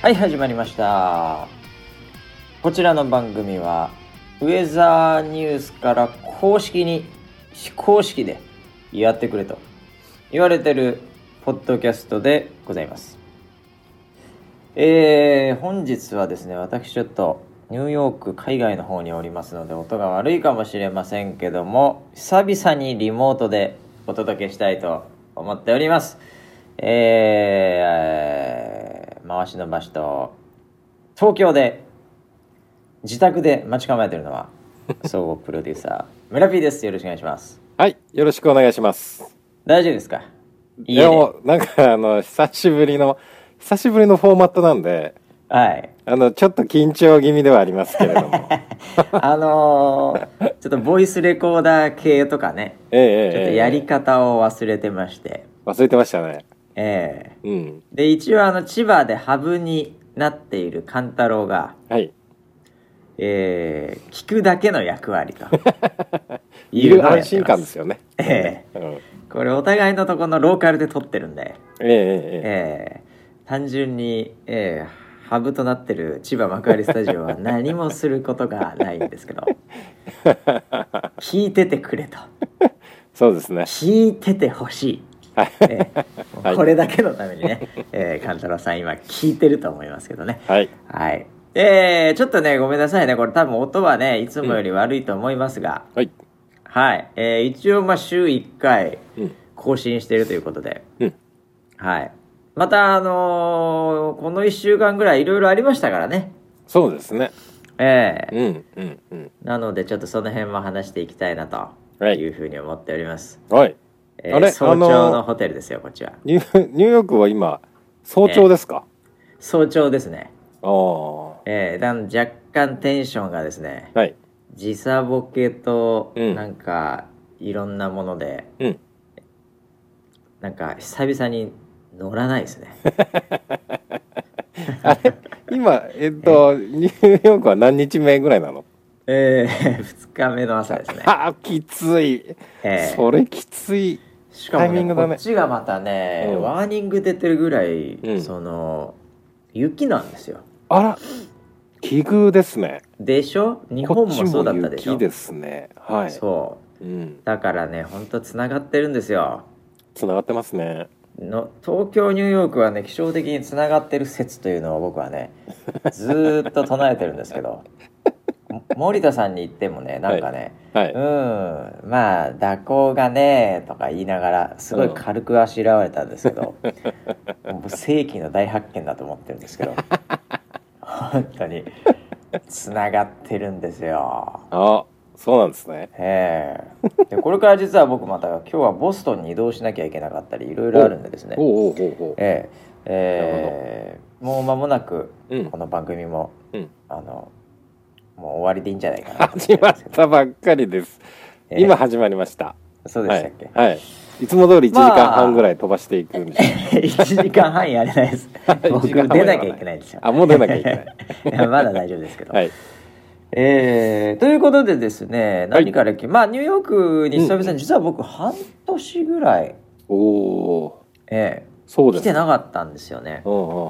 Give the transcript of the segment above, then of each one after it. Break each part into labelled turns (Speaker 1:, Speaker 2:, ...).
Speaker 1: はい、始まりました。こちらの番組は、ウェザーニュースから公式に、非公式でやってくれと言われてるポッドキャストでございます。えー、本日はですね、私ちょっとニューヨーク海外の方におりますので、音が悪いかもしれませんけども、久々にリモートでお届けしたいと思っております。えー、回しの場所と、東京で、自宅で待ち構えてるの は、総合プロデューサー、村 P です。よろしくお願いします。
Speaker 2: はい、よろしくお願いします。
Speaker 1: 大丈夫ですか
Speaker 2: い
Speaker 1: 家
Speaker 2: や
Speaker 1: で。
Speaker 2: もうなんかあの久しぶりの久しぶりのフォーマットなんで、
Speaker 1: はい。
Speaker 2: あのちょっと緊張気味ではありますけれど も、
Speaker 1: あのーちょっとボイスレコーダー系とかね、
Speaker 2: ええ
Speaker 1: ちょっと
Speaker 2: ええええ
Speaker 1: やり方を忘れてまして、
Speaker 2: 忘れてましたね。
Speaker 1: ええ
Speaker 2: うん、
Speaker 1: で、一応あの、千葉でハブになっている勘太郎が、
Speaker 2: はい。
Speaker 1: ええ聞くだけの役割と。
Speaker 2: い
Speaker 1: の
Speaker 2: る
Speaker 1: をや
Speaker 2: 安
Speaker 1: って
Speaker 2: 心
Speaker 1: ま
Speaker 2: 感
Speaker 1: す
Speaker 2: ですよね。
Speaker 1: え
Speaker 2: うん、え
Speaker 1: えこれお互いのとこのローカルで撮ってるんで、
Speaker 2: えええ
Speaker 1: ええ単純に、ええハブとなってる千葉幕張スタジオは何もすることがないんですけ ど、聞いててくれと。
Speaker 2: そうですね。
Speaker 1: 聞いててほしい。
Speaker 2: はい
Speaker 1: ええ
Speaker 2: はい
Speaker 1: これだけのためにね、えー、勘太郎さん今聞いてると思いますけどね。
Speaker 2: はい
Speaker 1: はい。えー、ちょっとね、ごめんなさいね。これ多分音はね、いつもより悪いと思いますが、
Speaker 2: はい。
Speaker 1: はい。えー一応まあ週1回
Speaker 2: うん
Speaker 1: 更新してるということで、
Speaker 2: うん
Speaker 1: はい。またあのーこの1週間ぐらいいろいろありましたからね。
Speaker 2: そうですね。
Speaker 1: ええ
Speaker 2: うんうんうん
Speaker 1: なのでちょっとその辺も話していきたいなと
Speaker 2: はい
Speaker 1: いうふうに思っております。
Speaker 2: はい。
Speaker 1: えー
Speaker 2: あれ
Speaker 1: 早朝
Speaker 2: あ
Speaker 1: の
Speaker 2: の
Speaker 1: ホテルですよ、こっちは。
Speaker 2: ニュニューヨークは今早朝ですか。
Speaker 1: 早朝ですね。
Speaker 2: ああ
Speaker 1: えー、なん若干テンションがですね
Speaker 2: はい。
Speaker 1: 時差ボケと
Speaker 2: うん
Speaker 1: なんかいろんなもので、
Speaker 2: うん
Speaker 1: なんか久々に乗らないです ね
Speaker 2: 今えっとニューヨークは何日目ぐらいなの？
Speaker 1: えー、2日目の朝ですね、
Speaker 2: ああきつい、
Speaker 1: えー
Speaker 2: それきつい
Speaker 1: しかも、ね、
Speaker 2: タイミングだね
Speaker 1: こっちがまたね、
Speaker 2: うん
Speaker 1: ワーニング出てるぐらい、
Speaker 2: うん
Speaker 1: その雪なんですよ
Speaker 2: あら奇遇ですね
Speaker 1: でしょ日本もそうだったでし
Speaker 2: こ
Speaker 1: ょ
Speaker 2: っちも雪ですねはい
Speaker 1: そう
Speaker 2: うん
Speaker 1: だからねほんとつながってるんですよ
Speaker 2: つながってますね
Speaker 1: の東京ニューヨークはね気象的につながってる説というのを僕は ねずーっと唱えてるんですけども森田さんに言ってもねなんかね、
Speaker 2: は
Speaker 1: う
Speaker 2: い
Speaker 1: ーんまあ蛇行がねとか言いながらすごい軽くあしらわれたんですけ ど、もう世紀の大発見だと思ってるんですけど本当につながってるんですよ。
Speaker 2: あそうなんですね
Speaker 1: ええでこれから実は僕また今日はボストンに移動しなきゃいけなかったりいろいろあるんでですね
Speaker 2: おうおうおうおう
Speaker 1: ええええもう間もなく
Speaker 2: うん
Speaker 1: この番組も、
Speaker 2: うん
Speaker 1: あのもう終わりでいいんじゃないかなと思って
Speaker 2: 始ま ったばっかりです
Speaker 1: ええ
Speaker 2: 今始まりました
Speaker 1: そうで
Speaker 2: は
Speaker 1: したっ
Speaker 2: い
Speaker 1: け、
Speaker 2: はいいつも通り1時
Speaker 1: まあ
Speaker 2: 間半ぐらい飛ばしていくんでしょ
Speaker 1: 1時間半やれないです僕
Speaker 2: 一時間半
Speaker 1: 出
Speaker 2: や
Speaker 1: な
Speaker 2: らない
Speaker 1: きゃいけないんですよ
Speaker 2: あもう出なきゃいけない
Speaker 1: いや まだ大丈夫ですけど、
Speaker 2: はい
Speaker 1: ええということでですね
Speaker 2: はい
Speaker 1: 何からいき、まあニューヨークに久々に実は僕半年ぐらい、
Speaker 2: おお
Speaker 1: ええ
Speaker 2: そうで
Speaker 1: 来
Speaker 2: す
Speaker 1: て
Speaker 2: ね
Speaker 1: なかったんですよね
Speaker 2: うんうんう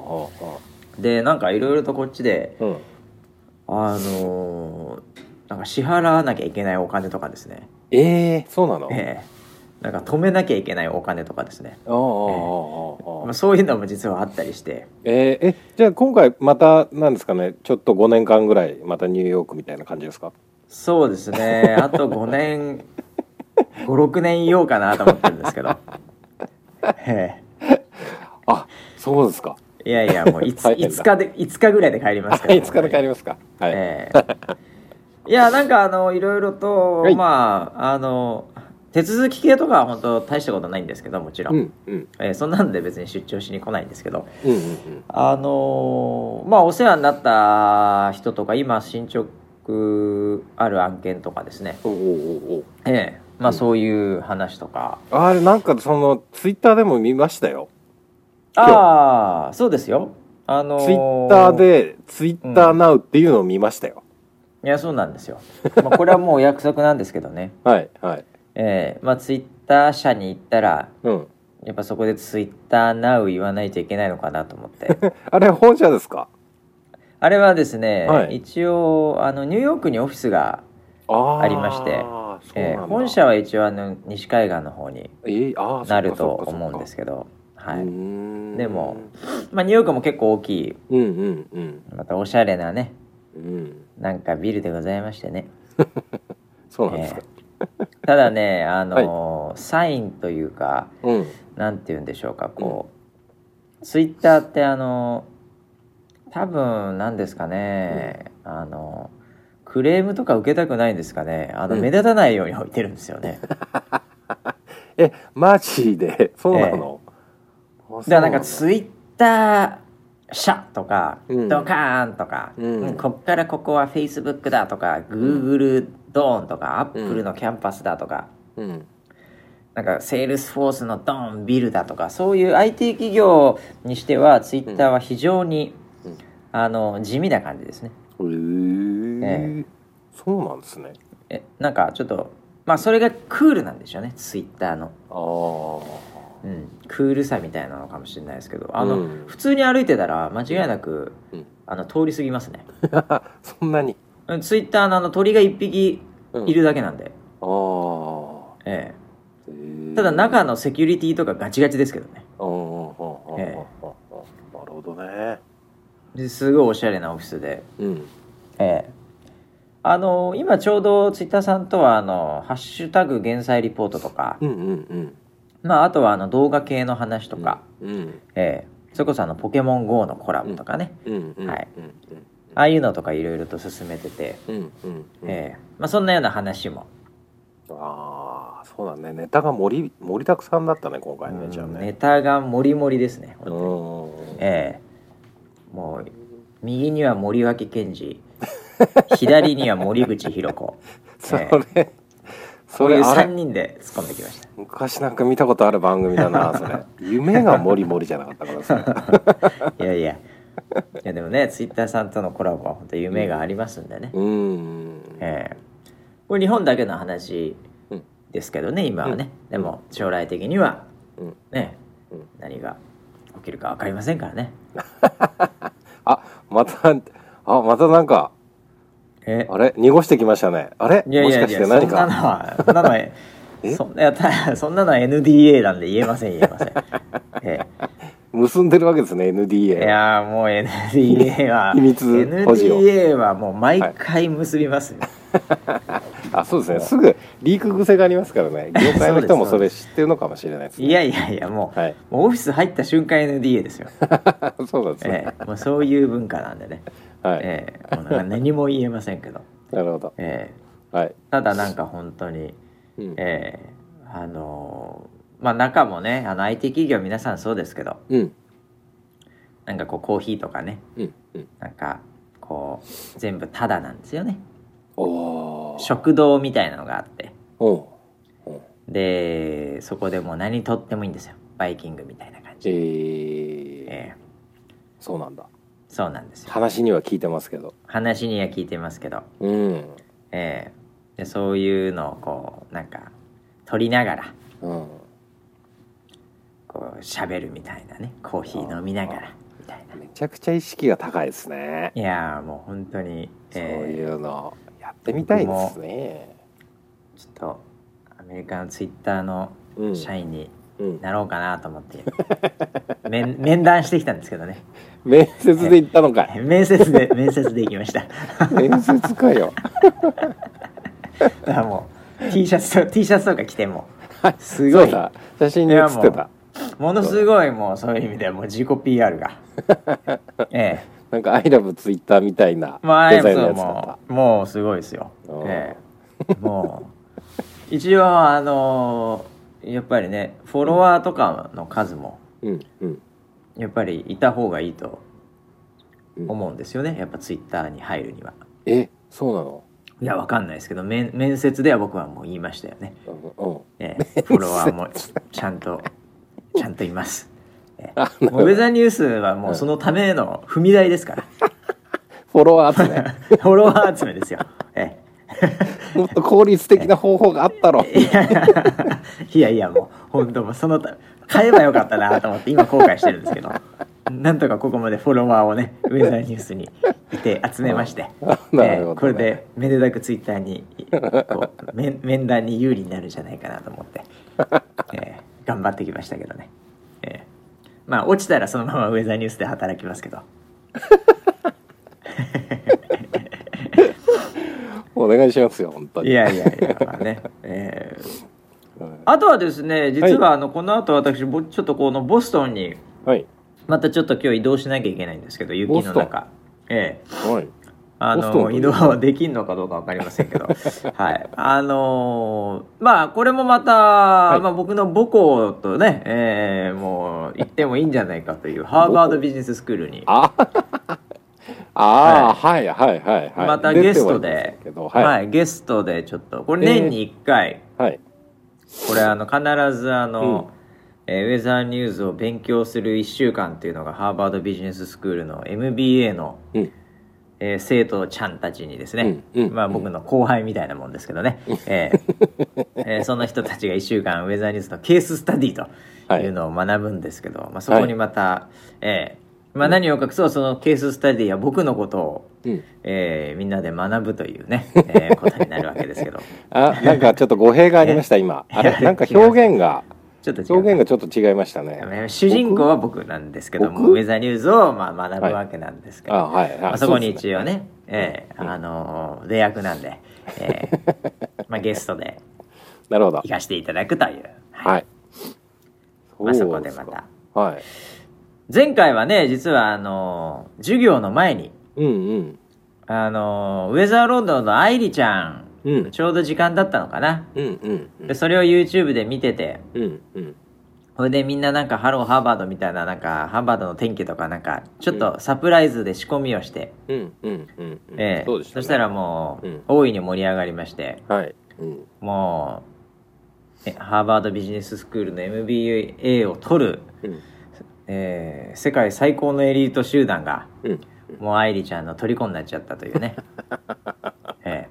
Speaker 2: ん
Speaker 1: でなんかいろいろとこっちで
Speaker 2: うんうん
Speaker 1: あのーなんか支払わなきゃいけないお金とかですね
Speaker 2: ええそうなの
Speaker 1: ええ、なんか止めなきゃいけないお金とかですね、
Speaker 2: ああああああああ
Speaker 1: まあ、そういうのも実はあったりして
Speaker 2: えーえじゃあ今回またなんですかねちょっと5年間ぐらいまたニューヨークみたいな感じですか
Speaker 1: そうですねあと5年56年いようかなと思ってるんですけど、え
Speaker 2: あそうですか
Speaker 1: え、いやいやもういつ
Speaker 2: 大変だ
Speaker 1: 5日で5日ぐらいで帰りますから
Speaker 2: いつから帰りますかはい、
Speaker 1: ええいやなんかあのいろいろと、
Speaker 2: はい
Speaker 1: まああの手続き系とかは本当大したことないんですけどもちろん、
Speaker 2: うんうん
Speaker 1: ええそんなんで別に出張しに来ないんですけど
Speaker 2: うんうん
Speaker 1: あのーまあお世話になった人とか今進捗ある案件とかですね、
Speaker 2: おおおお
Speaker 1: ええ、まあ
Speaker 2: うん
Speaker 1: そういう話とか、
Speaker 2: あれなんかそのツイッターでも見ましたよ今日
Speaker 1: ああそうですよあの
Speaker 2: ツイッターでツイッターナウっていうのを見ましたよ、
Speaker 1: いやそうなんですよ、まあ、これはもうお約束なんですけどね
Speaker 2: はいはい
Speaker 1: ええまあツイッター社に行ったら
Speaker 2: うん
Speaker 1: やっぱそこでツイッター Now 言わないといけないのかなと思って
Speaker 2: あれ本社ですか
Speaker 1: あれはですね、
Speaker 2: はい
Speaker 1: 一応あのニューヨークにオフィスが、
Speaker 2: あー
Speaker 1: ありまして
Speaker 2: そう
Speaker 1: え
Speaker 2: な
Speaker 1: ー
Speaker 2: んだ
Speaker 1: 本社は一応あの西海岸の方に
Speaker 2: えあー
Speaker 1: なると思うんですけど、
Speaker 2: そっかそっかそっか
Speaker 1: は
Speaker 2: う
Speaker 1: い
Speaker 2: ーん
Speaker 1: でもまあ、ニューヨークも結構大きい
Speaker 2: うんうんうん
Speaker 1: またおしゃれなね
Speaker 2: うん
Speaker 1: なんかビルでございましてね
Speaker 2: そうなんですか、
Speaker 1: ただ ねあの、サインというか
Speaker 2: うん
Speaker 1: なんて言うんでしょうかこう、ツイッターってあの多分なんですかね、あのクレームとか受けたくないんですかねあの、
Speaker 2: うん
Speaker 1: 目立たないように置いてるんですよねだか
Speaker 2: えマジ でそうなの、あ
Speaker 1: らなんか
Speaker 2: そう
Speaker 1: ツイッター社とか、
Speaker 2: うん
Speaker 1: ドカーンとか、
Speaker 2: うん
Speaker 1: うんこっからここはフェイスブックだとかグーグルドーンとかアップルのキャンパスだとか、
Speaker 2: なんだ
Speaker 1: なんかセールスフォースのドンビルだとかそういう IT 企業にしてはツイッターは非常に、
Speaker 2: うん
Speaker 1: あの地味な感じですね
Speaker 2: うんへえ
Speaker 1: え
Speaker 2: そうなんですね
Speaker 1: えなんかちょっとまあそれがクールなんでしょうねツイッターの、
Speaker 2: ああ
Speaker 1: うん、クールさみたいなのかもしれないですけどあの、
Speaker 2: うん
Speaker 1: 普通に歩いてたら間違いなく、
Speaker 2: うん
Speaker 1: あの通り過ぎますね
Speaker 2: そんなに
Speaker 1: うんツイッターのあの鳥が1匹いるだけなんで、
Speaker 2: ああ、
Speaker 1: え
Speaker 2: え
Speaker 1: え
Speaker 2: ー
Speaker 1: ただ中のセキュリティとかガチガチですけどね
Speaker 2: うんうんうんうんうんうんうん
Speaker 1: え
Speaker 2: なるほどね
Speaker 1: ですごいおしゃれなオフィスで
Speaker 2: うん
Speaker 1: ええ、あの今ちょうどツイッターさんとはあの「ハッシュタグ減災リポート」とか、
Speaker 2: うんうんうん
Speaker 1: まあ、あとはあの動画系の話とか、
Speaker 2: うん
Speaker 1: ええ、それこそあの「ポケモン GO」のコラボとかね、
Speaker 2: うんうん
Speaker 1: はい
Speaker 2: うん
Speaker 1: ああいうのとかいろいろと進めてて、
Speaker 2: うんうんうん
Speaker 1: ええまあ、そんなような話も、
Speaker 2: ああそうだねネタが盛り盛りだくさんだったね今回ねじゃあ
Speaker 1: うん
Speaker 2: ね
Speaker 1: ネタがもりもりですね、
Speaker 2: うんうんうん
Speaker 1: ええ、もう右には森脇健児 左には森口博子
Speaker 2: それ、
Speaker 1: こ
Speaker 2: そう
Speaker 1: い
Speaker 2: れ
Speaker 1: う
Speaker 2: あ
Speaker 1: 3
Speaker 2: れ
Speaker 1: 人で突っ込んできました
Speaker 2: 昔なんか見たことある番組 だなそれ夢がもりもりじゃなかったからそれ
Speaker 1: いやいや。いやでもね、ツイッターさんとのコラボは本当夢がありますんでね。
Speaker 2: うん
Speaker 1: ええこれ日本だけの話
Speaker 2: うん
Speaker 1: ですけどね、今はね。でも将来的には
Speaker 2: うん
Speaker 1: ね、
Speaker 2: うん
Speaker 1: 何が起きるか分かりませんからね。
Speaker 2: あまたあまたなんか
Speaker 1: え
Speaker 2: あれ濁してきましたねあれ
Speaker 1: いやい
Speaker 2: もし
Speaker 1: や
Speaker 2: か
Speaker 1: い
Speaker 2: し
Speaker 1: や、
Speaker 2: て
Speaker 1: そ
Speaker 2: 何
Speaker 1: んなの
Speaker 2: か
Speaker 1: は、そんなのは、そんい やたそんなのは NDA なんで言えません、言えません。え
Speaker 2: 結んでるわけですね NDA
Speaker 1: えいやーもう NDA は、
Speaker 2: 秘密保持を
Speaker 1: NDA はもう毎回結びますよ。
Speaker 2: あそうですねすぐリーク癖がありますからね業界の人 も
Speaker 1: そ
Speaker 2: そう
Speaker 1: で
Speaker 2: れ知ってるのかもしれないですね
Speaker 1: いやいやいや、もう、
Speaker 2: はい
Speaker 1: もうオフィス入った瞬間 NDA ですよ、
Speaker 2: そうなんですね、
Speaker 1: ええ、もうそういう文化なんでね、
Speaker 2: はい、
Speaker 1: ええ、もうなんか何も言えませんけど、
Speaker 2: なるほど
Speaker 1: え
Speaker 2: はい
Speaker 1: え、ただなんか本当に、
Speaker 2: うん
Speaker 1: ええ、あのーまあ中もねあの IT 企業皆さんそうですけど
Speaker 2: うん
Speaker 1: なんかこうコーヒーとかね
Speaker 2: うんうん
Speaker 1: なんかこう全部タダなんですよね
Speaker 2: おー
Speaker 1: 食堂みたいなのがあって
Speaker 2: おうおう
Speaker 1: でそこでもう何とってもいいんですよバイキングみたいな感
Speaker 2: え
Speaker 1: じ、
Speaker 2: ー
Speaker 1: ええ、
Speaker 2: そうなんだ
Speaker 1: そうなんですよ
Speaker 2: 話には聞いてますけど
Speaker 1: 話には聞いてますけど
Speaker 2: うん
Speaker 1: ええでそういうのをこうなんか撮りながら
Speaker 2: うん
Speaker 1: こう喋るみたいなねコーヒー飲みながらみたいな
Speaker 2: めちゃくちゃ意識が高いですね、
Speaker 1: いやーもう本当に、
Speaker 2: そう
Speaker 1: ええ
Speaker 2: いうのやってみたいですね
Speaker 1: ちょっとアメリカのツイッターの
Speaker 2: うん
Speaker 1: 社員に
Speaker 2: うん
Speaker 1: なろうかなと思 って、面面談してきたんですけどね
Speaker 2: 面接で行ったのか い
Speaker 1: 面接で面接で行きました
Speaker 2: 面接かよ
Speaker 1: だからもう T シャツと T シャツとか着ても すご
Speaker 2: そう
Speaker 1: い
Speaker 2: だ写真に写って
Speaker 1: いや
Speaker 2: た
Speaker 1: ものすごいもうそういう意味ではもう自己 PR がええ
Speaker 2: なんか「アイラブツイッターみたいな
Speaker 1: まあ、アイム
Speaker 2: デザイ
Speaker 1: ス
Speaker 2: ンのやつだった、
Speaker 1: もう、もうすごいですよ
Speaker 2: うん。
Speaker 1: ええ、もう、一応、あのやっぱりね、フォロワーとかの数も、
Speaker 2: うんうん
Speaker 1: やっぱりいた方がいいと
Speaker 2: うん
Speaker 1: 思うんですよね。やっぱツイッターに入るには。
Speaker 2: えそうなの
Speaker 1: いや、わかんないですけど、面面接では僕はもう言いましたよね。
Speaker 2: うん、うん、
Speaker 1: ええ、フォロワーもちちゃんと、ちゃんといます。え
Speaker 2: あ
Speaker 1: え
Speaker 2: な
Speaker 1: も
Speaker 2: るほ
Speaker 1: う
Speaker 2: ど
Speaker 1: ウェザーニュースはもうそのための踏み台ですから。
Speaker 2: フォロワー 集め
Speaker 1: フォロワー集めですよ。ええ
Speaker 2: もっと効率的な方法があったろ
Speaker 1: いやいやもう本当もうそのた買えばよかったなと思って今後悔してるんですけどなんとかここまでフォロワーをねウェザーニュースにいて集めまして、
Speaker 2: なるほどね
Speaker 1: えーこれでめでたくツイッターにこう面面談に有利になるんじゃないかなと思 って、えー頑張ってきましたけどね、えーまあ落ちたらそのままウェザーニュースで働きますけど
Speaker 2: お願いしますよ本当に
Speaker 1: いやいやいやまあね、えー
Speaker 2: は
Speaker 1: あとはですね実はあのこの後私ぼちょっとこのボストンに
Speaker 2: いはい
Speaker 1: またちょっと今日移動しなきゃいけないんですけど雪の
Speaker 2: ボスト
Speaker 1: 中ええ
Speaker 2: はい
Speaker 1: あ
Speaker 2: ボストン
Speaker 1: の
Speaker 2: という
Speaker 1: 移動はできんのかどうか分かりませんけど はいあのーまあこれもまた、
Speaker 2: い
Speaker 1: まあ、僕の母校とね、ええもう行ってもいいんじゃないかというハーバードビジネススクールに
Speaker 2: あ あー、はい、はいはいはい
Speaker 1: またゲストで
Speaker 2: 出てはいますけどはい、
Speaker 1: はい、ゲストでちょっとこれ年に1回、
Speaker 2: はい
Speaker 1: これあの必ずあの、えーウェザーニューズを勉強する1週間っていうのがハーバードビジネススクールの MBA の、
Speaker 2: うん
Speaker 1: えー生徒ちゃんたちにですね、
Speaker 2: うんうん
Speaker 1: まあ、僕の後輩みたいなもんですけどね、えーえー その人たちが1週間ウェザーニューズのケーススタディというのを学ぶんですけど、まあ、そこにまた、えーまあ、何を隠そうそのケーススタディは僕のことを、
Speaker 2: うん
Speaker 1: えーみんなで学ぶという ね、えーことになるわけですけど
Speaker 2: あなんかちょっと語弊がありました今あれなんか表現が
Speaker 1: ちょっと違う
Speaker 2: 表現がちょっと違いましたね
Speaker 1: 主人公は僕なんですけども
Speaker 2: 僕
Speaker 1: ウェザーニューズをまあ学ぶわけなんですけど、
Speaker 2: あはい
Speaker 1: ま
Speaker 2: は
Speaker 1: あ
Speaker 2: い
Speaker 1: そこに
Speaker 2: うですね
Speaker 1: 一応ねええあのー出役なんで、え えまあ、ゲストで
Speaker 2: なるほど
Speaker 1: 行かせていただくという、はい
Speaker 2: はい
Speaker 1: まあ、そこで
Speaker 2: うす
Speaker 1: ま
Speaker 2: か
Speaker 1: た
Speaker 2: はい
Speaker 1: 前回はね実はあのー授業の前に
Speaker 2: うんうん
Speaker 1: あのーウェザーロードの愛梨ちゃん
Speaker 2: うん
Speaker 1: ちょうど時間だったのかな
Speaker 2: うんうんうん
Speaker 1: でそれを YouTube で見てて
Speaker 2: うんうん
Speaker 1: それでみんななんか「ハローハーバード」みたいななんかハーバードの天気とかなんかちょっとサプライズで仕込みをして、
Speaker 2: うんうんうんうん
Speaker 1: ええ
Speaker 2: そうでした
Speaker 1: そ
Speaker 2: ね
Speaker 1: したらもう、
Speaker 2: うん
Speaker 1: 大いに盛り上がりまして
Speaker 2: はいうん
Speaker 1: もうえハーバードビジネススクールの MBA を取る、
Speaker 2: うん
Speaker 1: えー世界最高のエリート集団が
Speaker 2: うん
Speaker 1: もう愛梨ちゃんの虜になっちゃったという ね、ええ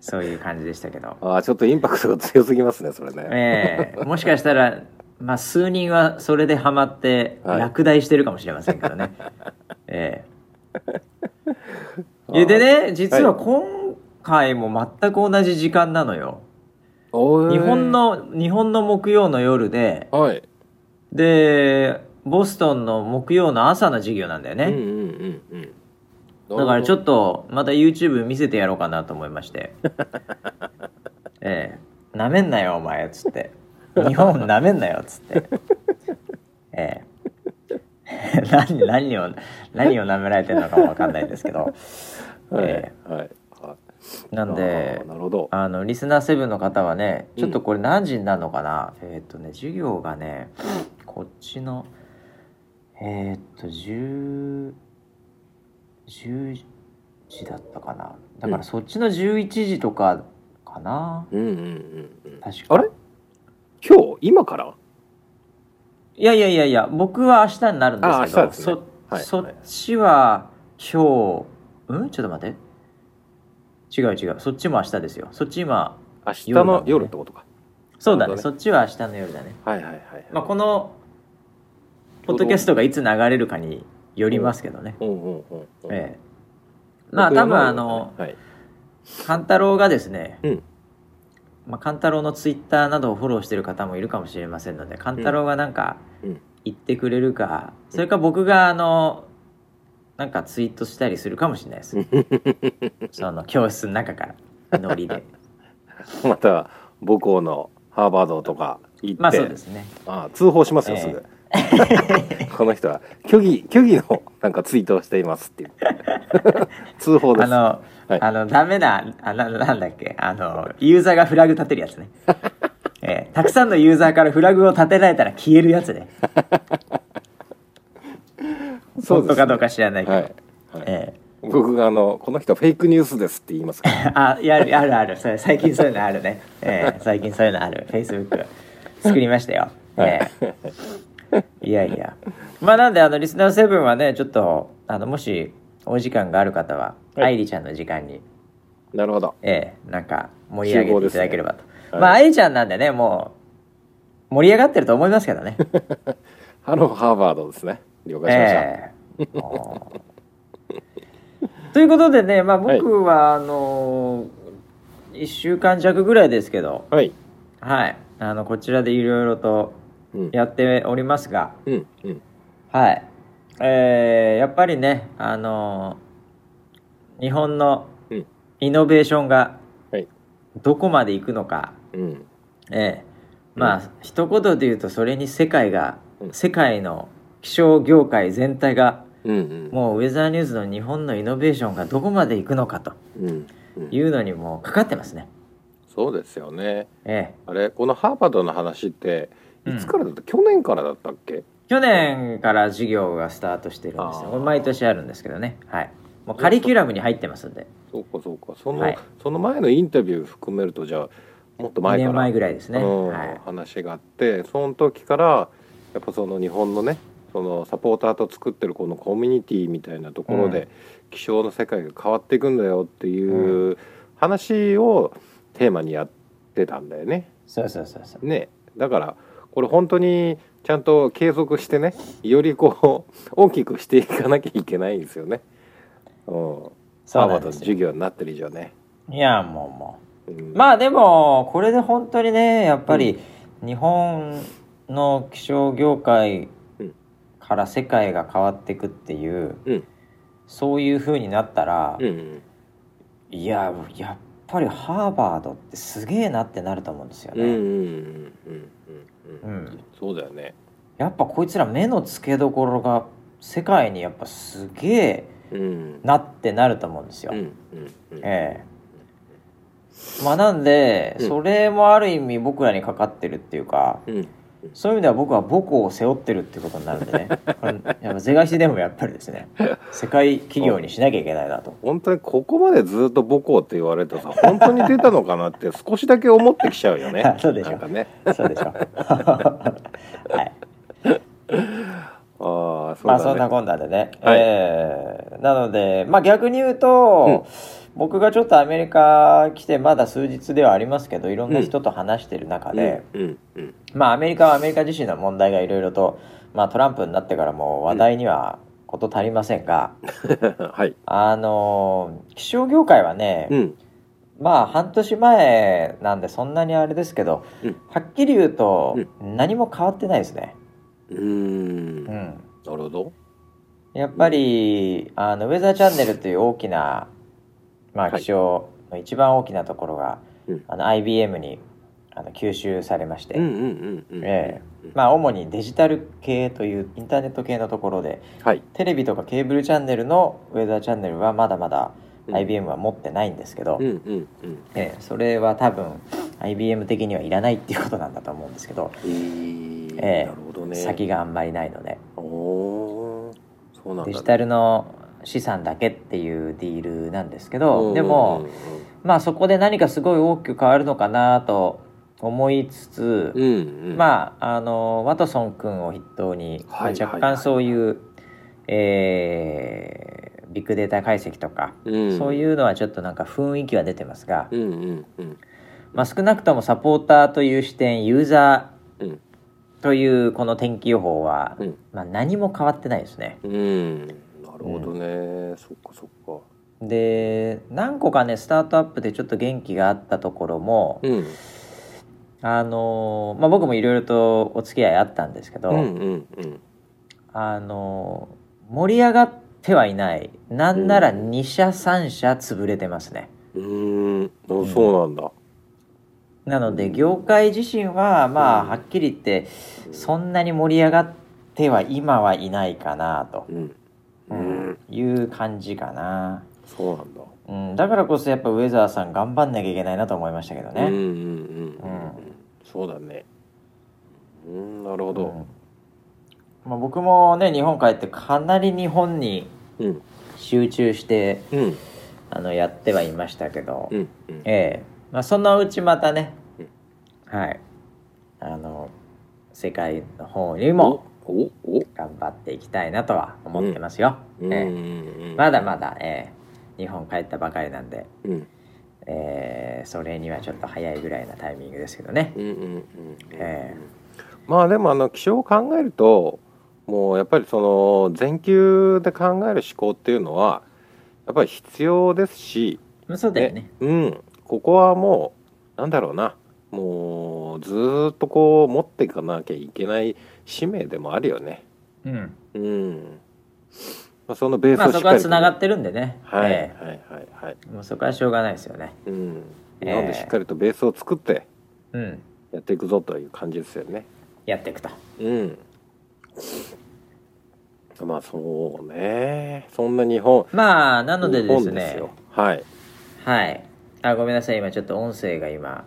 Speaker 1: そういう感じでしたけど、
Speaker 2: あーちょっとインパクトが強すぎますねそれね
Speaker 1: ええもしかしたら、まあ、数人はそれでハマって
Speaker 2: はい
Speaker 1: 落第してるかもしれませんからね、ええ
Speaker 2: あ
Speaker 1: いや
Speaker 2: ー
Speaker 1: でね実は今回も全く同じ時間なのよ、
Speaker 2: おー
Speaker 1: 日本の日本の木曜の夜で
Speaker 2: はい
Speaker 1: でボストンの木曜の朝の授業なんだよ
Speaker 2: うん
Speaker 1: ね、
Speaker 2: うんうんうん
Speaker 1: だからちょ
Speaker 2: と
Speaker 1: っとまた YouTube 見せてやろうかなと思いまして ええなめんなよお前」っつって「日本なめんなよ」っつってええ 何何を何をなめられてるのかもわかんないですけど
Speaker 2: はい
Speaker 1: え
Speaker 2: はいはい
Speaker 1: なんで
Speaker 2: あーなるほど
Speaker 1: あのリスナーセブンの方はね
Speaker 2: うん
Speaker 1: ちょっとこれ何時になるのかな、えーっとね授業がねこっちのえーっと10 10時だったかなだか
Speaker 2: うん
Speaker 1: らそっちの11時とかかな、
Speaker 2: うんうんうんうん
Speaker 1: 確か
Speaker 2: あれ今日今から
Speaker 1: いやいやいやいや僕は明日になるんですけど
Speaker 2: あ明日ですね
Speaker 1: そ
Speaker 2: はい
Speaker 1: そっちは今日うんちょっと待って違う違うそっちも明日ですよそっち今
Speaker 2: 明日
Speaker 1: 夜なん
Speaker 2: の
Speaker 1: だね
Speaker 2: 夜ってことか
Speaker 1: そうだ
Speaker 2: なるほど
Speaker 1: ねそ
Speaker 2: ね
Speaker 1: っちは明日の夜だね
Speaker 2: はいはいはい
Speaker 1: まあ、このポッドキャストがいつ流れるかによりますけどね、
Speaker 2: うんうんうんうん
Speaker 1: ええ、まあ多分あの
Speaker 2: はい
Speaker 1: 勘太郎がですね、
Speaker 2: うん
Speaker 1: まあ、勘太郎のツイッターなどをフォローしてる方もいるかもしれませんので勘太郎がなんか
Speaker 2: うん
Speaker 1: 言ってくれるか、それか僕があのなんかツイートしたりするかもしれないで す、その教室の中からノリで
Speaker 2: また母校のハーバードとか行って、
Speaker 1: まあそうですね
Speaker 2: ああ通報しますよ
Speaker 1: ええ
Speaker 2: すぐ、 この人は虚偽虚偽のなんかツイートをしていますっていう 通報で
Speaker 1: あ
Speaker 2: す
Speaker 1: の、
Speaker 2: はい
Speaker 1: あの、ダメな、あな、なんだっけ、あの、ユーザーがフラグ立てるやつ ね。えーたくさんのユーザーからフラグを立てられたら消えるやつ ね。
Speaker 2: そう
Speaker 1: 本
Speaker 2: で
Speaker 1: 当
Speaker 2: す
Speaker 1: かどうか知らないけど。
Speaker 2: はい、はい
Speaker 1: え
Speaker 2: 僕があのこの人はフェイクニュースですって言います から
Speaker 1: ーあ、やる、あるある。それ最近そういうのあるね。えー最近そういうのある。Facebook 作りましたよ。えーいやいや。まあなんで、あの、リスナー7はね、ちょっと、あの、もし、お時間がある方は、
Speaker 2: はい
Speaker 1: 愛理ちゃんの時間に
Speaker 2: なるほど
Speaker 1: ええなんか盛り上げていただければと、
Speaker 2: 集合ですね
Speaker 1: まあ愛ちゃんなんでねもう盛り上がってると思いますけどね
Speaker 2: ハローハー バードですね了解しました、
Speaker 1: ええもうということでね、まあ、
Speaker 2: はい
Speaker 1: 僕はあのー、1週間弱ぐらいですけど、
Speaker 2: はい
Speaker 1: はい、あのこちらでいろいろと
Speaker 2: うん
Speaker 1: やっておりますが、
Speaker 2: うんうん
Speaker 1: はいえーやっぱりね、あのー日本の
Speaker 2: うん
Speaker 1: イノベーションが
Speaker 2: はい
Speaker 1: どこまで行くのか、
Speaker 2: うん
Speaker 1: ええまあ、一言で言うとそれに世界が、
Speaker 2: うん
Speaker 1: 世界の気象業界全体が
Speaker 2: うんうん
Speaker 1: もうウェザーニューズの日本のイノベーションがどこまで行くのかと
Speaker 2: うんうん
Speaker 1: いうのにもうかかってますね。
Speaker 2: そうですよね
Speaker 1: ええ、
Speaker 2: あれこのハーバードの話っていつからだった、去年からだったっけ
Speaker 1: 去年から授業がスタートしてるんですよ。
Speaker 2: あー
Speaker 1: これ毎年あるんですけどね。はい。もうカリキュラムに入ってますんで、
Speaker 2: そうかそうかその、
Speaker 1: はい
Speaker 2: その前のインタビュー含めるとじゃあもっと
Speaker 1: 2
Speaker 2: 前から
Speaker 1: 年前ぐらいですね。
Speaker 2: うん
Speaker 1: はい。
Speaker 2: 話があってその時からやっぱその日本のねそのサポーターと作ってるこのコミュニティみたいなところで、気象の世界が変わっていくんだよっていう話をテーマにやってたんだよね。
Speaker 1: そうそうそうそう。
Speaker 2: ねだからこれ本当にちゃんと継続してねよりこう 大きくしていかなきゃいけないんですよね。うん、
Speaker 1: そ
Speaker 2: ハー
Speaker 1: うな
Speaker 2: バー
Speaker 1: ん
Speaker 2: ド
Speaker 1: で
Speaker 2: の
Speaker 1: す
Speaker 2: 授
Speaker 1: よ。
Speaker 2: 業になってる以上ね。
Speaker 1: いや、もうも
Speaker 2: うん
Speaker 1: う。まあでも、これで本当にね、やっぱり日本の気象業界
Speaker 2: うん
Speaker 1: から世界が変わっていくっていう、
Speaker 2: うん
Speaker 1: そういう風になったら、
Speaker 2: うんうん
Speaker 1: いややっぱりハーバードってすげえなってなると思うんですよ
Speaker 2: う
Speaker 1: ね、
Speaker 2: んうんうんうんうんう
Speaker 1: う
Speaker 2: ん
Speaker 1: ん
Speaker 2: そうだよね。
Speaker 1: やっぱこいつら目の付けどころが世界にやっぱすげえ
Speaker 2: うん
Speaker 1: なってなると思うんですよ、
Speaker 2: うんうんうん
Speaker 1: ええまあなんで、
Speaker 2: うん
Speaker 1: それもある意味僕らにかかってるっていうか
Speaker 2: うん
Speaker 1: そういう意味では僕は母校を背負ってるっていうことになるんで ねこれやっぱ是が非でもやっぱりですね世界企業にしなきゃいけないなと
Speaker 2: 本当にここまでずっと母校って言われるとさ本当に出たのかなって 少しだけ思ってきちゃうよね。
Speaker 1: そうでしょ
Speaker 2: なんかね。
Speaker 1: そうで しょはい
Speaker 2: ああそうだね。
Speaker 1: まあそんなこんなでね、
Speaker 2: はい
Speaker 1: えーなので、まあ、逆に言うと、僕がちょっとアメリカ来てまだ数日ではありますけどいろんな人と話してる中で、
Speaker 2: うんうん
Speaker 1: まあ、アメリカはアメリカ自身の問題がいろいろと、まあ、トランプになってからも話題には事足りませんが、
Speaker 2: うん。 はい。
Speaker 1: あのー気象業界はね、
Speaker 2: うん
Speaker 1: まあ半年前なんでそんなにあれですけど、
Speaker 2: うん
Speaker 1: はっきり言うと何も変わってないですね。
Speaker 2: うーん。
Speaker 1: う
Speaker 2: なる
Speaker 1: ん
Speaker 2: ほど。
Speaker 1: やっぱりあのウェザーチャンネルという大きな、まあ、
Speaker 2: はい
Speaker 1: 気象の一番大きなところが、
Speaker 2: うん
Speaker 1: あの IBM にあの吸収されまして、
Speaker 2: うんうんうんうん。
Speaker 1: え
Speaker 2: うん
Speaker 1: まあ、主にデジタル系というインターネット系のところで
Speaker 2: はい。
Speaker 1: テレビとかケーブルチャンネルのウェザーチャンネルはまだまだ
Speaker 2: うん
Speaker 1: IBM は持ってないんですけど、
Speaker 2: うんうんうん。
Speaker 1: ええそれは多分 IBM 的にはいらないっていうことなんだと思うんですけど、
Speaker 2: えー
Speaker 1: ええ
Speaker 2: なるほどね。
Speaker 1: 先があんまりないので
Speaker 2: おおー。そうなんだね。
Speaker 1: デジタルの資産だけっていうディールなんですけ
Speaker 2: うんうんう
Speaker 1: ど
Speaker 2: ん
Speaker 1: でも。まあそこで何かすごい大きく変わるのかなと思いつつ、
Speaker 2: うんうん。あ
Speaker 1: まああのワトソン君を筆頭に、
Speaker 2: はいはい
Speaker 1: 若干そういう、えービッグデータ解析とか、そう
Speaker 2: う
Speaker 1: いうのはちょっとなんか雰囲気は出てますが、
Speaker 2: ん。うんうんうん
Speaker 1: まあ、少なくともサポーターという視点ユーザ
Speaker 2: うん
Speaker 1: ーというこの天気予報は、
Speaker 2: うん
Speaker 1: まあ、何も変わってないですね。
Speaker 2: うん。なるほどね。そっかそっか。
Speaker 1: で何個かねスタートアップでちょっと元気があったところも、
Speaker 2: うん。
Speaker 1: あのーまあ、僕もいろいろとお付き合いあったんですけど、
Speaker 2: うんうんうん。
Speaker 1: あのー盛り上がってはいないなんなら
Speaker 2: うん
Speaker 1: 2社3社潰れてますね、
Speaker 2: うーん、あ
Speaker 1: ん
Speaker 2: そうなんだ。
Speaker 1: なので業界自身はまあ
Speaker 2: うん
Speaker 1: はっきり言ってそんなに盛り上がっては今はいないかなと
Speaker 2: うん、
Speaker 1: う
Speaker 2: う
Speaker 1: ん
Speaker 2: ん、
Speaker 1: いう感じかな、
Speaker 2: そうなんだ。
Speaker 1: うん、だからこそやっぱウェザーさん頑張んなきゃいけないなと思いましたけど
Speaker 2: うんうん
Speaker 1: ね、
Speaker 2: うんうん。そうだね。うん、なるほ
Speaker 1: う
Speaker 2: ど。
Speaker 1: んまあ、僕もね日本帰ってかなり日本に
Speaker 2: うん、
Speaker 1: 集中して
Speaker 2: うん、
Speaker 1: あのやってはいましたけど、
Speaker 2: うん、うん。
Speaker 1: ええまあ、そのうちまたね
Speaker 2: う、
Speaker 1: はいあの世界の方にも
Speaker 2: お、お、
Speaker 1: 頑張っていきたいなとは思ってますよ、
Speaker 2: うん、う
Speaker 1: え
Speaker 2: ん、
Speaker 1: えまだまだ、ええ日本帰ったばかりなんで、
Speaker 2: うん、
Speaker 1: ええそれにはちょっと早いぐらいなタイミングですけどね
Speaker 2: うん、うん、うん。
Speaker 1: ええ
Speaker 2: まあでもあの気象を考えるともうやっぱりその全球で考える思考っていうのはやっぱり必要ですし、
Speaker 1: まあそうだよね
Speaker 2: うん、ここはもうなんだろうなもうずーっとこう持っていかなきゃいけない使命でもあるよね。
Speaker 1: うん
Speaker 2: うんまあ、そのベー
Speaker 1: ま
Speaker 2: ス
Speaker 1: あ
Speaker 2: をし
Speaker 1: そ
Speaker 2: っ
Speaker 1: こ
Speaker 2: か
Speaker 1: は
Speaker 2: り
Speaker 1: つながってるんでね、
Speaker 2: はい、
Speaker 1: え
Speaker 2: はいはいはい、
Speaker 1: えもうそこはしょうがないですよね
Speaker 2: うん、
Speaker 1: ええ
Speaker 2: なのでしっかりとベースを作って
Speaker 1: うん
Speaker 2: やっていくぞという感じですよね。
Speaker 1: やっていくと
Speaker 2: うん。まあそうね。そんな日本。
Speaker 1: まあなのでで
Speaker 2: 日
Speaker 1: す
Speaker 2: 本
Speaker 1: ね
Speaker 2: よ。はい。
Speaker 1: はいあごめんなさい今ちょっと音声が今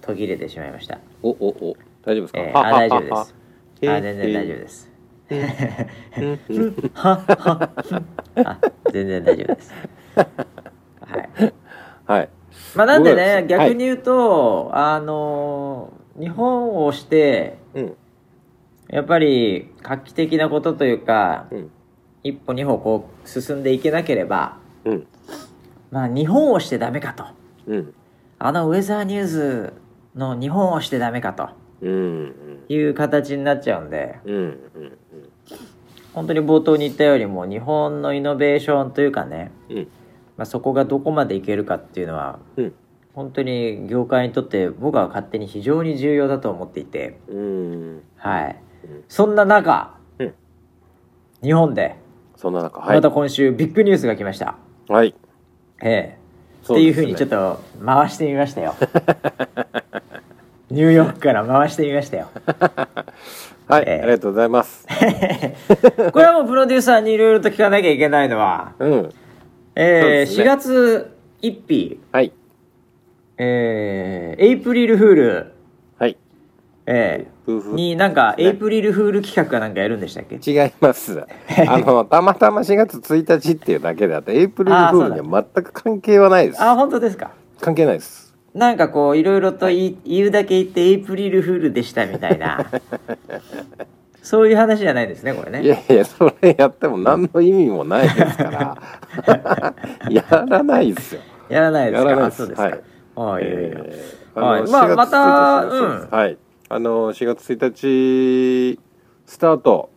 Speaker 1: 途切れてしまいました、
Speaker 2: おおお。大丈夫ですか。
Speaker 1: ええ
Speaker 2: は
Speaker 1: あ
Speaker 2: は
Speaker 1: 大丈夫で
Speaker 2: は
Speaker 1: すあ全然大丈夫です
Speaker 2: です。うんうん
Speaker 1: あ全然大丈夫ですはい
Speaker 2: はい。
Speaker 1: まあなんでね
Speaker 2: どうですはい
Speaker 1: 逆に言うと、あのー日本をして
Speaker 2: うん
Speaker 1: やっぱり画期的なことというか
Speaker 2: うん
Speaker 1: 一歩二歩こう進んでいけなければ
Speaker 2: うん
Speaker 1: まあ日本をしてダメかと
Speaker 2: うん
Speaker 1: あのウェザーニューズの日本をしてダメかと
Speaker 2: うん
Speaker 1: いう形になっちゃうんで
Speaker 2: うんうん
Speaker 1: 本当に冒頭に言ったよりも日本のイノベーションというかね、
Speaker 2: うん
Speaker 1: まあ、そこがどこまでいけるかっていうのは
Speaker 2: うん
Speaker 1: 本当に業界にとって僕は勝手に非常に重要だと思っていて、
Speaker 2: うん。
Speaker 1: はい
Speaker 2: うん、
Speaker 1: そんな中、
Speaker 2: うん
Speaker 1: 日本で
Speaker 2: そんな中は
Speaker 1: ま
Speaker 2: い
Speaker 1: た今週ビッグニュースが来ました、
Speaker 2: はい。
Speaker 1: ええっ
Speaker 2: そ
Speaker 1: て
Speaker 2: です
Speaker 1: いう
Speaker 2: ね
Speaker 1: ふうにちょっと回してみましたよ ニューヨークから回してみましたよ
Speaker 2: はい。
Speaker 1: ええ
Speaker 2: ありがとうございます。
Speaker 1: これはもうプロデューサーにいろいろと聞かなきゃいけないのは、
Speaker 2: うん。そう
Speaker 1: え
Speaker 2: で
Speaker 1: ー
Speaker 2: すね
Speaker 1: 4月1日
Speaker 2: はい
Speaker 1: えーエイプリルフール、
Speaker 2: はい。
Speaker 1: え
Speaker 2: 夫
Speaker 1: ー
Speaker 2: 婦
Speaker 1: になんか、
Speaker 2: ね
Speaker 1: エイプリルフール企画かなんかやるんでしたっけ
Speaker 2: 違います。 あの、たまたま4月1日っていうだけであって、エイプリルフールには全く関係はないです。
Speaker 1: あ、本当ですか。
Speaker 2: 関係ないです。
Speaker 1: なんかこう、いろいろとい言うだけ言って、エイプリルフールでしたみたい な。そういう話じゃないですね、これ
Speaker 2: い
Speaker 1: ね。
Speaker 2: やいや、それやっても何の意味もないで すから。やらないですよ。
Speaker 1: やらないですか。
Speaker 2: やらない
Speaker 1: あ
Speaker 2: です
Speaker 1: そうですか。はい、いやいや
Speaker 2: ーあ
Speaker 1: はい
Speaker 2: の
Speaker 1: まあま
Speaker 2: 4月
Speaker 1: た
Speaker 2: 1日そうです
Speaker 1: うん
Speaker 2: はい。あの、4月1日、スタート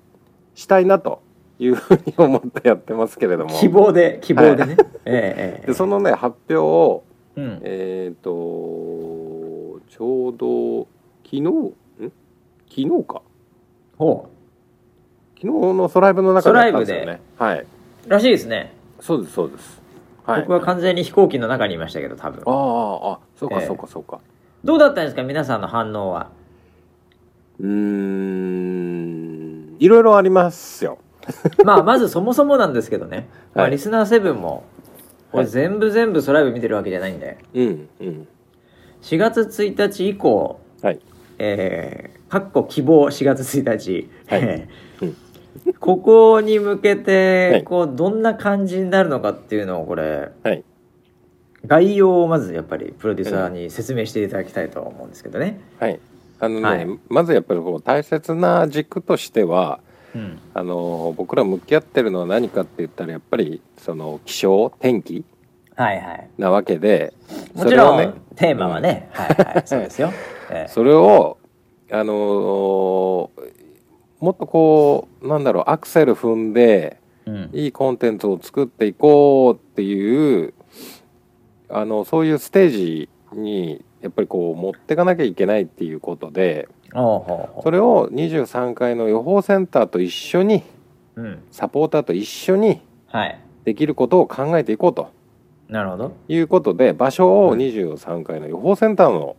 Speaker 2: したいなというふうに思ってやってますけれども。
Speaker 1: 希望で、希望でね。えええ
Speaker 2: で、そのね、発表を、
Speaker 1: えうん。
Speaker 2: えっ、と、ちょうど、昨日、ん昨日か。
Speaker 1: ほ
Speaker 2: 昨日のソライブの中でやったんですよ
Speaker 1: ソライ
Speaker 2: ね。はい。
Speaker 1: う。らしいですね。
Speaker 2: そうです、そうです。
Speaker 1: 僕は完全に飛行機の中にいましたけど、多分
Speaker 2: あ。あああそうか
Speaker 1: ええ
Speaker 2: そうかそうか、
Speaker 1: どうだったんですか、皆さんの反応 は。
Speaker 2: うーんいろいろありますよ
Speaker 1: まあまずそもそもなんですけどね、まあ、リスナーセブンもこれ全部全部ソライブ見てるわけじゃないんで
Speaker 2: うんうん
Speaker 1: 4月1日以降、
Speaker 2: はい
Speaker 1: えー、かっこ希望4月1日、
Speaker 2: はい
Speaker 1: ここに向け
Speaker 2: は
Speaker 1: て
Speaker 2: い
Speaker 1: こうどんな感じになるのかっていうのをこれ
Speaker 2: はい
Speaker 1: 概要をまずやっぱりプロデューサーに説明していただきたいとは思うんですけどね。
Speaker 2: はいあのね、
Speaker 1: はい
Speaker 2: まずやっぱりこう大切な軸としては
Speaker 1: うん
Speaker 2: あの僕ら向き合ってるのは何かって言ったらやっぱりその気象天気
Speaker 1: はいはい、
Speaker 2: なわけで
Speaker 1: もちろん、
Speaker 2: それをね
Speaker 1: テーマはね、 はいはい、そうですよ。えー
Speaker 2: それをあのもっとこうなんだろうアクセル踏んで
Speaker 1: うん
Speaker 2: いいコンテンツを作っていこうっていうあのそういうステージにやっぱりこう持ってかなきゃいけないっていうことで
Speaker 1: おうほうほ
Speaker 2: それを23回の予報センターと一緒に
Speaker 1: ううん
Speaker 2: サポーターと一緒に
Speaker 1: はい
Speaker 2: できることを考えていこうと
Speaker 1: なるほど。
Speaker 2: いうことで場所を23回の予報センターの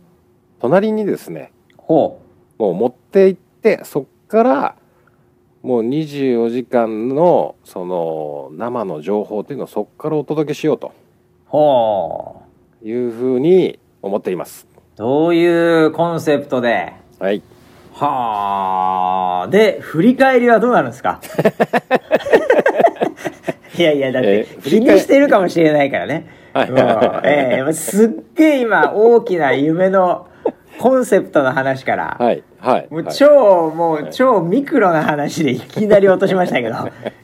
Speaker 2: 隣にですね
Speaker 1: ほ
Speaker 2: もう持って行ってそっからもう24時間のその生の情報っていうのをそっからお届けしようと。
Speaker 1: うほう
Speaker 2: いうふうに思っています。
Speaker 1: どういうコンセプトで
Speaker 2: はい。
Speaker 1: はあで振り返りはどうなるんです かいやいやだって
Speaker 2: えー振
Speaker 1: 気
Speaker 2: り
Speaker 1: に
Speaker 2: 返
Speaker 1: してるかもしれないからね、
Speaker 2: はい
Speaker 1: もうええすっげえ今大きな夢のコンセプトの話から、
Speaker 2: はい。はい。
Speaker 1: もう
Speaker 2: はい
Speaker 1: 超、もう超ミクロな話でいきなり落としましたけ ど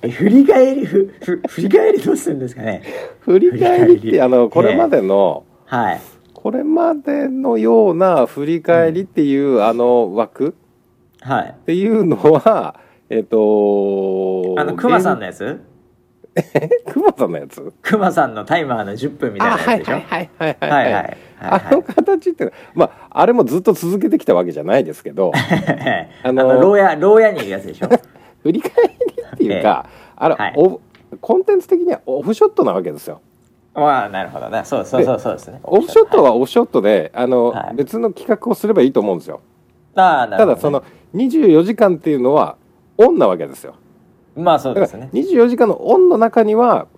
Speaker 1: え振り返りふふ振り返りどうするんですかね
Speaker 2: 振り返
Speaker 1: 振
Speaker 2: りっ
Speaker 1: り返り
Speaker 2: て、あの、これまでの、
Speaker 1: はい
Speaker 2: これまでのような振り返りっていう、あの枠
Speaker 1: はい
Speaker 2: っていうのはえっ、と
Speaker 1: あのクマ さん
Speaker 2: の
Speaker 1: のやつ
Speaker 2: クマさんのやつ
Speaker 1: クマさんのタイマーの10分みたい
Speaker 2: あ
Speaker 1: な
Speaker 2: は
Speaker 1: やつで
Speaker 2: い
Speaker 1: しょ
Speaker 2: はいはいはい
Speaker 1: はいはい
Speaker 2: い
Speaker 1: はい
Speaker 2: あの形っていうかまああれもずっと続けてきたわけじゃないですけ
Speaker 1: は
Speaker 2: ど
Speaker 1: い あ
Speaker 2: あの
Speaker 1: の牢屋牢屋にいるやつで しょ
Speaker 2: 振り返りっていうかあれ、
Speaker 1: はい
Speaker 2: オフコンテンツ的にはオフショットなわけですよ
Speaker 1: まあなるほどねそうそうそうそうですね
Speaker 2: オフショットはオフショットで、あの、
Speaker 1: はい
Speaker 2: 別の企画をすればいいと思うんですよ
Speaker 1: ああなる
Speaker 2: た
Speaker 1: ほどね
Speaker 2: だその24時間っていうのはオンなわけですよ
Speaker 1: まあそうで
Speaker 2: だ
Speaker 1: す
Speaker 2: から
Speaker 1: ね
Speaker 2: 24時間のオンの中には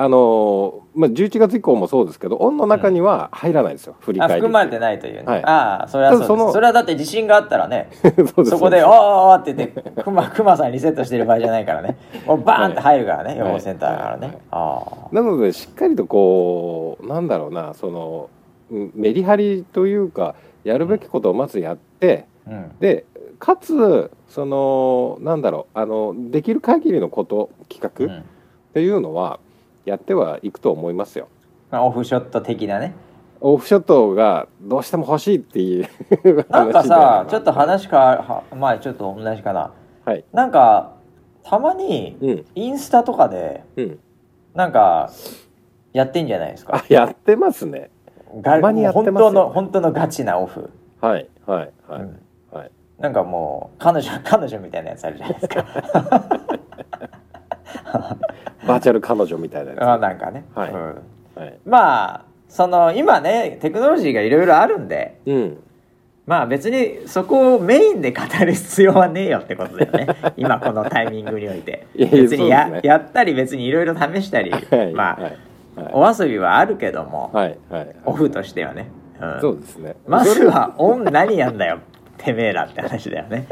Speaker 2: あのーまあ、11月以降もそうですけどオンの中には入らないですよ、振り
Speaker 1: あ
Speaker 2: 返りって
Speaker 1: 含まれてないというね、
Speaker 2: はい
Speaker 1: ああそれはそうです
Speaker 2: ただその
Speaker 1: それはだって自信があったらね
Speaker 2: そうです
Speaker 1: そこで「おーおーおーって言ってクマクマさんリセットしてる場合じゃないからねもうバーンって入るからね、予報センターからね、
Speaker 2: はいはい
Speaker 1: あ
Speaker 2: なのでしっかりとこうなんだろうなそのうんメリハリというかやるべきことをまずやって
Speaker 1: あうん
Speaker 2: でかつそのなんだろうあのできる限りのこと
Speaker 1: う
Speaker 2: 企画っ
Speaker 1: ん
Speaker 2: ていうのはやってはいくと思いますよ。
Speaker 1: まあ、オフショット的なね
Speaker 2: オフショットがどうしても欲しいっていう
Speaker 1: なんか
Speaker 2: 話では
Speaker 1: さちょっと話変わはまあちょっと同じかな
Speaker 2: はい
Speaker 1: なんかたまに
Speaker 2: うん
Speaker 1: インスタとかで
Speaker 2: うん
Speaker 1: なんかやってんじゃないです
Speaker 2: あ
Speaker 1: か
Speaker 2: やってますね
Speaker 1: が
Speaker 2: たまにやってます
Speaker 1: も
Speaker 2: よ
Speaker 1: う本当の本当のガチなオフ、
Speaker 2: はいはいはい、
Speaker 1: うん
Speaker 2: はい
Speaker 1: なんかもう彼女 彼女みたいなやつあるじゃないですか
Speaker 2: バーチャル彼女みたいなや
Speaker 1: あなんかね、
Speaker 2: はい
Speaker 1: うん
Speaker 2: つ、はい、
Speaker 1: まあその今ねテクノロジーがいろいろあるんで
Speaker 2: うん
Speaker 1: まあ別にそこをメインで語る必要はねえよってことだよね 今このタイミングにおいて
Speaker 2: いやいや
Speaker 1: 別にや,、
Speaker 2: そうですね
Speaker 1: やったり別にいろいろ試したり、
Speaker 2: はい
Speaker 1: まあ、
Speaker 2: はいはい
Speaker 1: お遊びはあるけども、
Speaker 2: はいはいはい
Speaker 1: オフとしてはね、うん
Speaker 2: そうですね
Speaker 1: まずはオン何やんだよてめえらって話だよね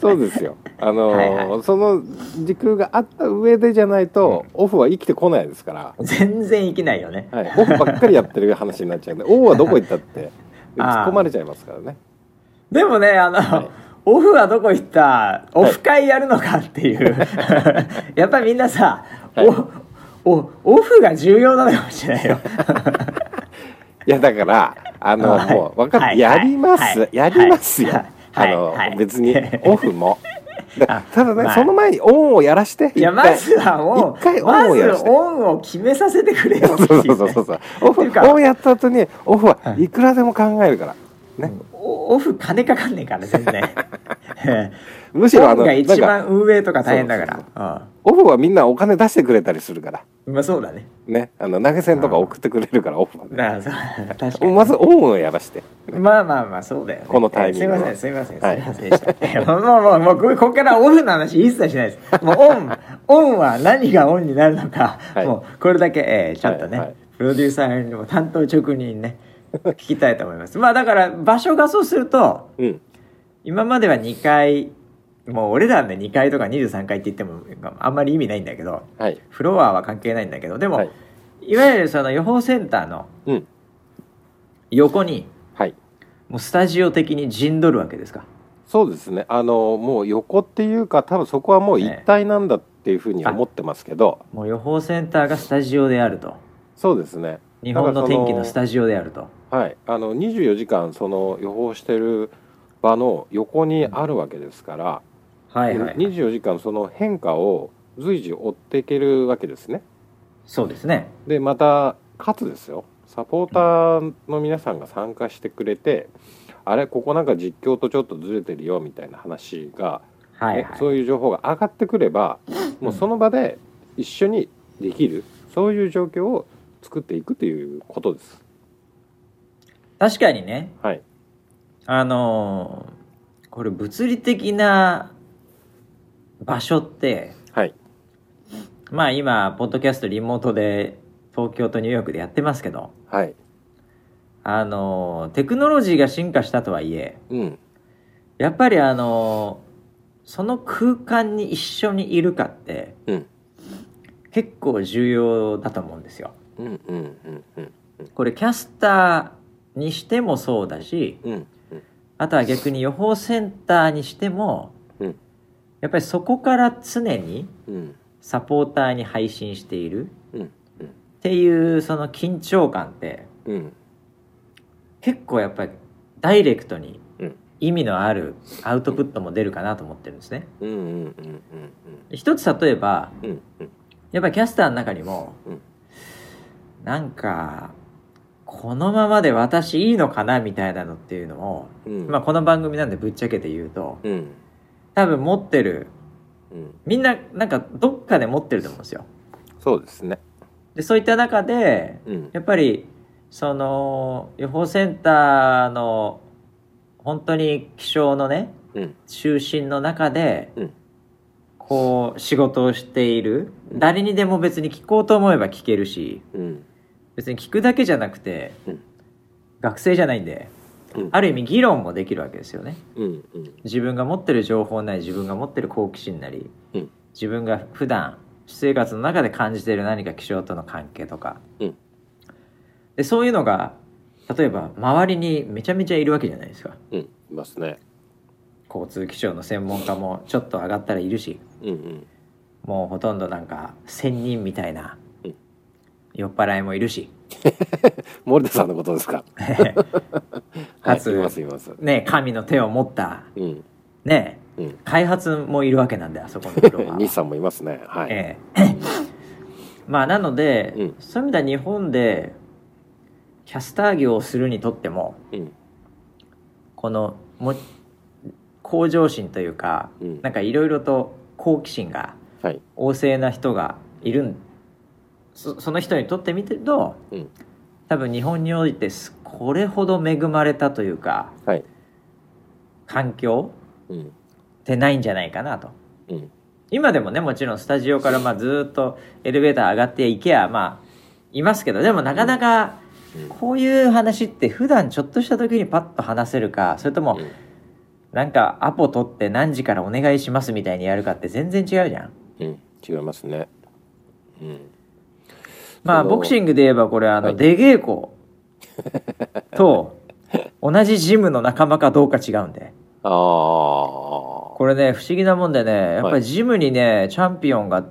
Speaker 2: そうですよ。あのー
Speaker 1: はいは
Speaker 2: その時空があった上でじゃないと、オフは生きてこないですから。
Speaker 1: 全然生きないよね、
Speaker 2: はい、オフばっかりやってる話になっちゃうんで、オフはどこ行ったって
Speaker 1: あー
Speaker 2: 突っ込まれちゃいますからね。
Speaker 1: でもねあの、
Speaker 2: はい
Speaker 1: オフはどこ行ったオフ会やるのかって いう、やっぱりみんなさ、
Speaker 2: はい
Speaker 1: おおオフが重要なのかもしれないよ
Speaker 2: いやだからあの、
Speaker 1: はい
Speaker 2: もう分かって、
Speaker 1: はい
Speaker 2: やります、
Speaker 1: はい
Speaker 2: やりますよ。
Speaker 1: はい
Speaker 2: あ
Speaker 1: はい
Speaker 2: の、
Speaker 1: はい
Speaker 2: 別にオフも。だただね、
Speaker 1: まあ
Speaker 2: その前にオンをやらして。
Speaker 1: いや
Speaker 2: 一回
Speaker 1: まずはも
Speaker 2: 一回
Speaker 1: う
Speaker 2: オン
Speaker 1: ま
Speaker 2: をやら
Speaker 1: ず
Speaker 2: して。
Speaker 1: オンを決めさせてくれよって
Speaker 2: そう
Speaker 1: い
Speaker 2: そううそうそう
Speaker 1: ね
Speaker 2: そう。オフ
Speaker 1: っていうか
Speaker 2: オンやった後にオフはいくらでも考えるから。ね。
Speaker 1: おオフ金かかんねえから全 然え
Speaker 2: むし
Speaker 1: え
Speaker 2: ろ
Speaker 1: オ
Speaker 2: あ
Speaker 1: ン
Speaker 2: の
Speaker 1: が
Speaker 2: なん
Speaker 1: 一
Speaker 2: か
Speaker 1: 番運営とか大変だか
Speaker 2: そう
Speaker 1: ら
Speaker 2: オフはみんなお金出してくれたりするから
Speaker 1: うんまあそうだね
Speaker 2: ねあの投げ銭とか送ってくれるからオフはね
Speaker 1: なあそう確か に
Speaker 2: まずオンをやらして
Speaker 1: まあまあまあそうだよ、ね、
Speaker 2: このタイミングは
Speaker 1: えすいませんすいませんす
Speaker 2: はいい
Speaker 1: ませんでした、もうもうもうこここからオフの話一切しないですもうオ ンオンは何がオンになるのか、
Speaker 2: はい
Speaker 1: もうこれだけ、えーちゃんとね、
Speaker 2: はいはい
Speaker 1: プロデューサーにも担当直人にね聞きたいと思いますまあだから場所がそうすると
Speaker 2: うん
Speaker 1: 今までは2回もう俺らで2回とか23回って言ってもあんまり意味ないんだけど
Speaker 2: はい
Speaker 1: フロアは関係ないんだけどでも、
Speaker 2: はいい、
Speaker 1: わゆるその予報センターの
Speaker 2: うん
Speaker 1: 横に
Speaker 2: はい
Speaker 1: もうスタジオ的に陣取るわけですか
Speaker 2: そうですねあのもう横っていうか多分そこはもう一体なんだっていうふうに思ってますけど、
Speaker 1: もう予報センターがスタジオであると
Speaker 2: そうですね
Speaker 1: 日本の天気のス
Speaker 2: ジ
Speaker 1: タジオであると
Speaker 2: オはいあの24時間その予報してる場の横にあるわけですから、
Speaker 1: はいはい
Speaker 2: 24時間その変化を随時追っていけるわけですね
Speaker 1: そうですね
Speaker 2: でまたかつですよサポーターの皆さんが参加してくれて、あれここなんか実況とちょっとずれてるよみたいな話が、
Speaker 1: はい
Speaker 2: ね
Speaker 1: はい
Speaker 2: そういう情報が上がってくれば、もうその場で一緒にできるそういう状況を作っていくということです。
Speaker 1: 確かにね
Speaker 2: はい、
Speaker 1: あのーこれ物理的な場所って
Speaker 2: はい、
Speaker 1: まあ今ポッドキャストリモートで東京とニューヨークでやってますけど
Speaker 2: はい、
Speaker 1: あのーテクノロジーが進化したとはいえ
Speaker 2: うん、
Speaker 1: やっぱりあのーその空間に一緒にいるかって、
Speaker 2: うん
Speaker 1: 結構重要だと思うんですよ。
Speaker 2: うん、うん、うん、うん、
Speaker 1: これキャスターにしてもそうだし
Speaker 2: うん、
Speaker 1: あとは逆に予報センターにしても、
Speaker 2: うん
Speaker 1: やっぱりそこから常に
Speaker 2: うん、
Speaker 1: サポーターに配信している
Speaker 2: うん、
Speaker 1: っていうその緊張感って
Speaker 2: うん、
Speaker 1: 結構やっぱりダイレクトに
Speaker 2: うん
Speaker 1: 一意味のあるアウトプットも出るかなと思ってるんですね。
Speaker 2: うんうんうんうん
Speaker 1: 一つ例えば
Speaker 2: うんうんうん
Speaker 1: やっぱりキャスターの中にも、
Speaker 2: うん
Speaker 1: なんかこのままで私いいのかなみたいなのっていうのを、
Speaker 2: うん
Speaker 1: まあ、この番組なんでぶっちゃけて言うと
Speaker 2: うん
Speaker 1: 多分持ってる
Speaker 2: うん
Speaker 1: みんななんかどっかで持ってると思うんですよ。
Speaker 2: そうですね
Speaker 1: でそういった中で
Speaker 2: うん
Speaker 1: やっぱりその予報センターの本当に気象のね
Speaker 2: うん
Speaker 1: 中心の中で、
Speaker 2: うん
Speaker 1: こう仕事をしている誰にでも別に聞こうと思えば聞けるし
Speaker 2: うん
Speaker 1: 別に聞くだけじゃなくて、
Speaker 2: うん
Speaker 1: 学生じゃないんで
Speaker 2: うん
Speaker 1: ある意味議論もできるわけですよね。
Speaker 2: うんうん
Speaker 1: 自分が持ってる情報なり自分が持ってる好奇心なり、
Speaker 2: うん
Speaker 1: 自分が普段私生活の中で感じている何か気象との関係とか、
Speaker 2: うん
Speaker 1: でそういうのが例えば周りにめちゃめちゃいるわけじゃないですか
Speaker 2: うんいますね
Speaker 1: 交通気象の専門家もちょっと上がったらいるし
Speaker 2: うんうん
Speaker 1: もうほとんどなんか仙人みたいな
Speaker 2: うん
Speaker 1: 酔っ払いもいるし、
Speaker 2: 森田さんのことです かは
Speaker 1: か
Speaker 2: い
Speaker 1: つ
Speaker 2: いますいます
Speaker 1: ね、神の手を持った、
Speaker 2: うん
Speaker 1: ね、
Speaker 2: うん
Speaker 1: 開発もいるわけなんであそこのフ ロア
Speaker 2: 西さんもいますねはい
Speaker 1: ええ まあなので、
Speaker 2: うん
Speaker 1: そういう意味では日本でキャスター業をするにとっても
Speaker 2: うん
Speaker 1: このも向上心というか、
Speaker 2: うん
Speaker 1: なんかいろいろと好奇心が
Speaker 2: はい
Speaker 1: 旺盛な人がいるんそその人にとってみてると
Speaker 2: うん
Speaker 1: 多分日本においてすこれほど恵まれたというか
Speaker 2: はい
Speaker 1: 環境
Speaker 2: うん
Speaker 1: ってないんじゃないかなと。
Speaker 2: うん
Speaker 1: 今でもねもちろんスタジオからまあずーっとエレベーター上がっていけやまあいますけどでもなかなか
Speaker 2: うん
Speaker 1: こういう話って普段ちょっとした時にパッと話せるかそれとも
Speaker 2: うん
Speaker 1: なんかアポ取って何時からお願いしますみたいにやるかって全然違うじゃん。
Speaker 2: うん違いますねうん
Speaker 1: まあ
Speaker 2: その
Speaker 1: ボクシングで言えばこれあ
Speaker 2: は
Speaker 1: の
Speaker 2: い
Speaker 1: 出稽古と同じジムの仲間かどうか違うんで
Speaker 2: ああ
Speaker 1: これね不思議なもんでねやっぱ
Speaker 2: は
Speaker 1: りジムにねチャンピオンが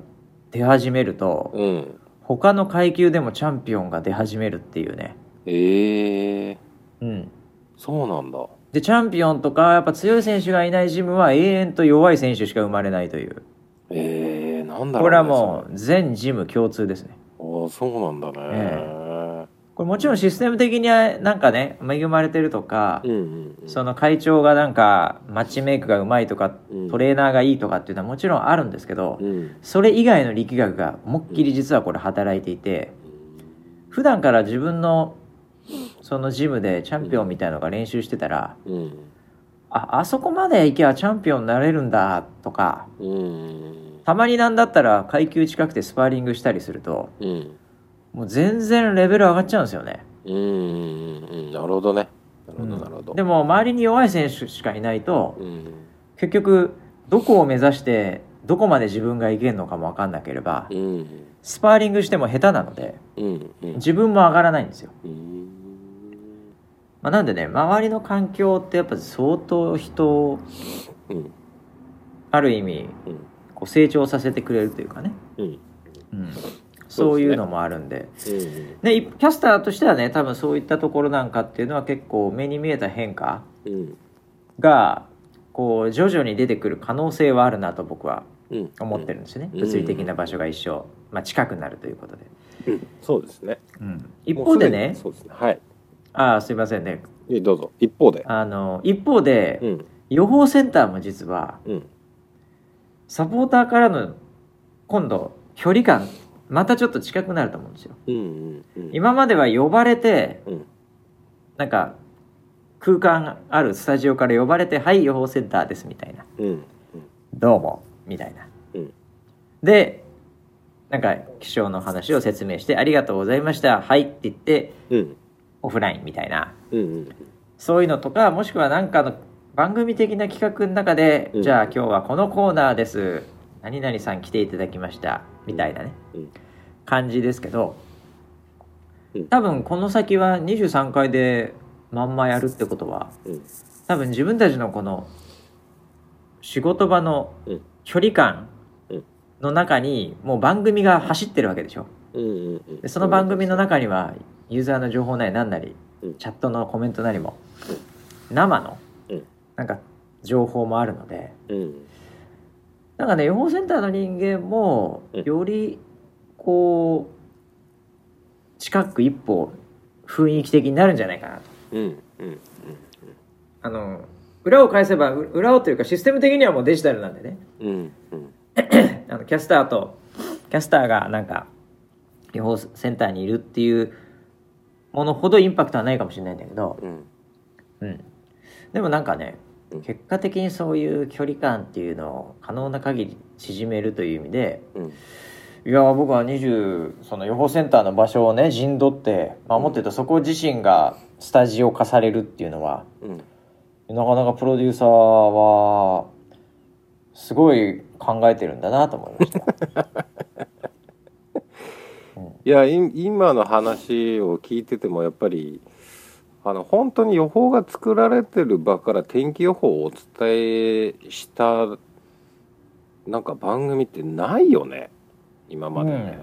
Speaker 1: 出始めると、
Speaker 2: うん
Speaker 1: 他の階級でもチャンピオンが出始めるっていうね、
Speaker 2: ええ
Speaker 1: うん、
Speaker 2: そうなんだ
Speaker 1: でチャンピオンとかやっぱ強い選手がいないジムは永遠と弱い選手しか生まれないという
Speaker 2: ええなんだろうね
Speaker 1: これはもう全ジム共通ですね
Speaker 2: ああそうなんだね、
Speaker 1: これもちろんシステム的にはなんかね恵まれてるとか
Speaker 2: うんうんうん
Speaker 1: その会長がなんかマッチメイクがうまいとか
Speaker 2: うん
Speaker 1: トレーナーがいいとかっていうのはもちろんあるんですけど
Speaker 2: うん
Speaker 1: それ以外の力学が思いっきり実はこれ働いていて普段から自分のそのジムでチャンピオンみたいのが練習してたら
Speaker 2: うん
Speaker 1: ああそこまで行けばチャンピオンになれるんだとか
Speaker 2: うん
Speaker 1: たまになんだったら階級近くてスパーリングしたりすると
Speaker 2: うん
Speaker 1: もう全然レベル上がっちゃうんですよね
Speaker 2: うんうんうんなるほどねなるほど
Speaker 1: うん
Speaker 2: なるほど、
Speaker 1: でも周りに弱い選手しかいないと
Speaker 2: うん
Speaker 1: 結局どこを目指してどこまで自分がいけるのかも分かんなければ
Speaker 2: うん
Speaker 1: スパーリングしても下手なので
Speaker 2: うんうん
Speaker 1: 自分も上がらないんですよ、
Speaker 2: うん
Speaker 1: まあ、なんでね周りの環境ってやっぱ相当人を
Speaker 2: うん
Speaker 1: ある意味
Speaker 2: うん
Speaker 1: こう成長させてくれるというかね、
Speaker 2: うん
Speaker 1: うん、そういうのもあるんで
Speaker 2: うん
Speaker 1: ね、いキャスターとしてはね多分そういったところなんかっていうのは結構目に見えた変化
Speaker 2: うん
Speaker 1: がこう徐々に出てくる可能性はあるなと僕は
Speaker 2: うん
Speaker 1: 思ってるんですよね、
Speaker 2: うん
Speaker 1: 物理的な場所が一緒、まあ、近くなるということで、
Speaker 2: うんそうですね
Speaker 1: 一方でね
Speaker 2: もうすにそうですねはい
Speaker 1: ああすいませんね
Speaker 2: えどうぞ一方で
Speaker 1: あの一方で、
Speaker 2: うん
Speaker 1: 予報センターも実は
Speaker 2: うん
Speaker 1: サポーターからの今度距離感またちょっと近くなると思うんですよ
Speaker 2: うんうんうん
Speaker 1: 今までは呼ばれて
Speaker 2: うん
Speaker 1: なんか空間あるスタジオから呼ばれて「はい予報センターです」みたいな
Speaker 2: うん
Speaker 1: 「どうも」みたいな、
Speaker 2: うん
Speaker 1: でなんか気象の話を説明して「ありがとうございました」「はい」って言って
Speaker 2: うん
Speaker 1: オフラインみたいな
Speaker 2: うんうん
Speaker 1: そういうのとかもしくはなんかの番組的な企画の中で「
Speaker 2: うん
Speaker 1: じゃあ今日はこのコーナーです」「何々さん来ていただきました」みたいなね、
Speaker 2: うん
Speaker 1: 感じですけど、
Speaker 2: うん
Speaker 1: 多分この先は23回でまんまやるってことは
Speaker 2: うん
Speaker 1: 多分自分たちのこの仕事場の
Speaker 2: うん
Speaker 1: 距離感
Speaker 2: うん
Speaker 1: の中にもう番組が走ってるわけでしょ
Speaker 2: うんうんうん
Speaker 1: でその番組の中にはユーザーの情報なり何なり
Speaker 2: うん
Speaker 1: チャットのコメントなりも
Speaker 2: うん
Speaker 1: 生の
Speaker 2: うん
Speaker 1: なんか情報もあるので
Speaker 2: うん
Speaker 1: なんかね予報センターの人間も
Speaker 2: うん
Speaker 1: よりこう近く一歩雰囲気的になるんじゃないかなと。
Speaker 2: うんうん
Speaker 1: あの裏を返せばう裏をというかシステム的にはもうデジタルなんでね
Speaker 2: うんうん
Speaker 1: あのキャスターとキャスターがなんか予報センターにいるっていうものほどインパクトはないかもしれないんだけど、
Speaker 2: うん
Speaker 1: うん、でもなんかね
Speaker 2: うん
Speaker 1: 結果的にそういう距離感っていうのを可能な限り縮めるという意味で
Speaker 2: うん
Speaker 1: いやー僕は20その予報センターの場所をね陣取って守ってたそこ自身がスタジオ化されるっていうのは
Speaker 2: うん
Speaker 1: なかなかプロデューサーはすごい考えてるんだなと思いました
Speaker 2: いやい今の話を聞いててもやっぱりあの本当に予報が作られてる場から天気予報をお伝えしたなんか番組ってないよね今までね、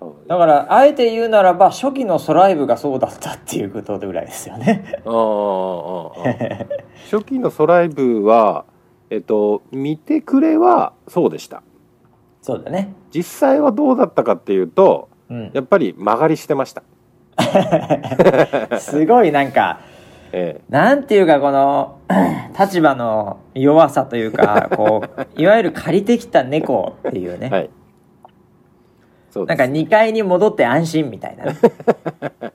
Speaker 2: 多分
Speaker 1: だからあえて言うならば初期のソライブがそうだったっていうことぐらいですよね
Speaker 2: ああああああ初期のソライブはえっと見てくれはそうでした
Speaker 1: そうだね
Speaker 2: 実際はどうだったかっていうと
Speaker 1: うん
Speaker 2: やっぱり曲がりしてました、
Speaker 1: すごいなんか
Speaker 2: え
Speaker 1: なんていうかこの 立場の弱さというかこういわゆる借りてきた猫っていう
Speaker 2: え
Speaker 1: ね、
Speaker 2: はいそう
Speaker 1: な
Speaker 2: で
Speaker 1: ん
Speaker 2: す
Speaker 1: か2階に戻って安心みたいな ね、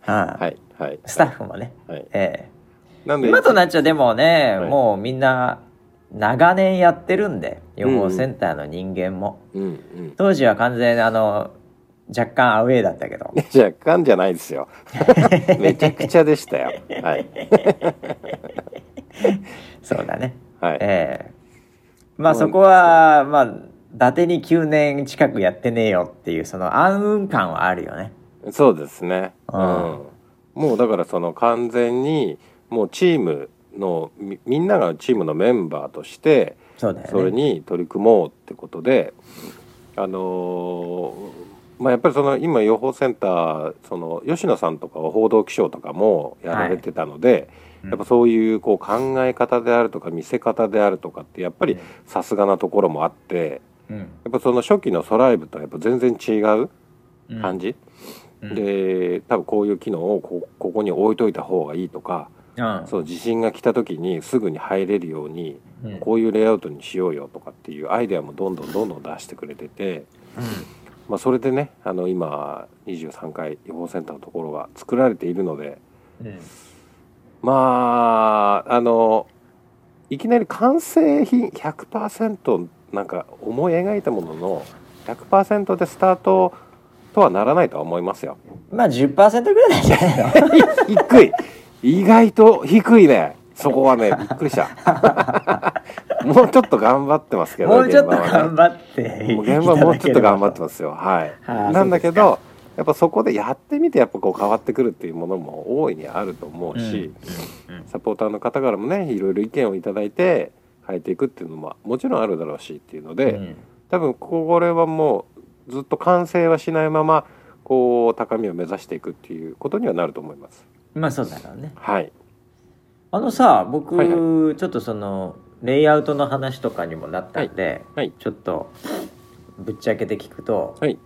Speaker 1: は、
Speaker 2: はいいはい
Speaker 1: スタッフもね、
Speaker 2: はい
Speaker 1: ええ
Speaker 2: なんで
Speaker 1: 今となっちゃでもね、
Speaker 2: はい
Speaker 1: もうみんな長年やってるんで予報センターの人間も、
Speaker 2: うんうん
Speaker 1: 当時は完全にあの若干アウェーだったけど
Speaker 2: 若干じゃないですよ めちゃくちゃでしたよはい
Speaker 1: そうだね
Speaker 2: はい
Speaker 1: ええまあ
Speaker 2: そう
Speaker 1: そこはまあ伊達に9年近くやってねえよっていうその暗雲感はあるよね
Speaker 2: そうですねう
Speaker 1: うん
Speaker 2: んもうだからその完全にもうチームのみみんながチームのメンバーとして
Speaker 1: そうだよね
Speaker 2: それに取り組もうってことで、あのーまあ、やっぱりその今予報センターその吉野さんとかは報道気象とかもやられてたので、
Speaker 1: うん
Speaker 2: やっぱそういうこう考え方であるとか見せ方であるとかってやっぱりさすがなところもあって
Speaker 1: うん
Speaker 2: やっぱその初期のソライブとはやっぱ全然違う
Speaker 1: うん
Speaker 2: 感じ、
Speaker 1: うん
Speaker 2: で多分こういう機能をこここに置いといた方がいいとか、
Speaker 1: うん
Speaker 2: その地震が来た時にすぐに入れるように
Speaker 1: うん
Speaker 2: こういうレイアウトにしようよとかっていうアイデアもどんどんどんどん出してくれてて、まあ、それでねあの今23回予報センターのところが作られているので
Speaker 1: うん
Speaker 2: まああのいきなり完成品100%なんか思い描いたものの100%でスタートとはならないとは思いますよ。
Speaker 1: まあ10%ぐらいなんじゃないの
Speaker 2: 低い意外と低いねそこはねびっくりした もうちょっと頑張ってますけど
Speaker 1: もうちょっと
Speaker 2: 現場はね
Speaker 1: 頑張って
Speaker 2: もう現場はもうちょっと頑張ってますよ。はい。
Speaker 1: はい
Speaker 2: なんだけど、やっぱそこでやってみて、やっぱこう変わってくるっていうものも大いにあると思うし、
Speaker 1: うんうん
Speaker 2: サポーターの方からもね、いろいろ意見をいただいて、変えていくっていうのももちろんあるだろうしっていうので、
Speaker 1: うん
Speaker 2: 多分これはもうずっと完成はしないまま、こう高みを目指していくっていうことにはなると思います。
Speaker 1: まあそうだろうね
Speaker 2: はい。
Speaker 1: あのさ僕、
Speaker 2: はい
Speaker 1: ちょっとそのレイアウトの話とかにもなったんで、
Speaker 2: はい。
Speaker 1: ちょっとぶっちゃけて聞くと、
Speaker 2: はい。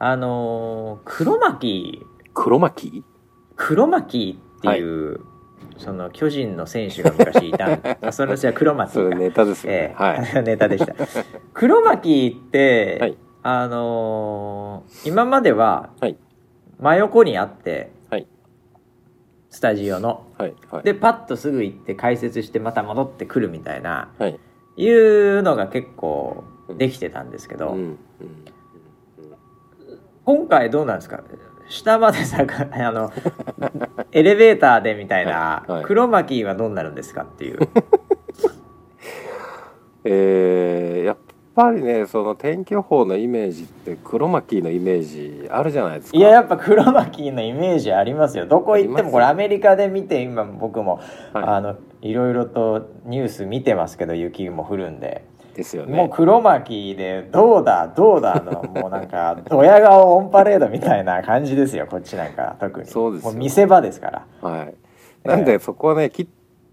Speaker 1: あのー黒巻
Speaker 2: 黒巻
Speaker 1: 黒巻っていう、その巨人の選手が昔いたん あそれは黒巻
Speaker 2: それ
Speaker 1: か、
Speaker 2: ネタですよね
Speaker 1: え。え
Speaker 2: はい。
Speaker 1: ネタでした黒巻って、
Speaker 2: はい
Speaker 1: あのー今までは
Speaker 2: はい
Speaker 1: 真横にあって、
Speaker 2: はい
Speaker 1: スタジオの
Speaker 2: はい。はい。
Speaker 1: でパッとすぐ行って解説してまた戻ってくるみたいな
Speaker 2: はい。
Speaker 1: いうのが結構できてたんですけ
Speaker 2: う
Speaker 1: ど、
Speaker 2: ん。うん
Speaker 1: 今回どうなんですか下までさあ のエレベーターでみたいな、
Speaker 2: はいはい
Speaker 1: 黒巻はどうなるんですかって いう
Speaker 2: えーやっぱりねその天気予報のイメージって黒巻のイメージあるじゃないですか
Speaker 1: いややっぱ黒巻のイメージありますよどこ行ってもこれ
Speaker 2: あ
Speaker 1: ア
Speaker 2: りますよ
Speaker 1: メリカで見て今僕も、
Speaker 2: はい
Speaker 1: あのいろいろとニュース見てますけど雪も降るんで。
Speaker 2: ですよ
Speaker 1: もう
Speaker 2: ね
Speaker 1: 黒巻でどうだどうだのもうなんかドヤ顔オンパレードみたいな感じですよこっちなんか特に
Speaker 2: そうですよ
Speaker 1: もう見せ場ですから
Speaker 2: はい
Speaker 1: え
Speaker 2: なんでそこはねきっっ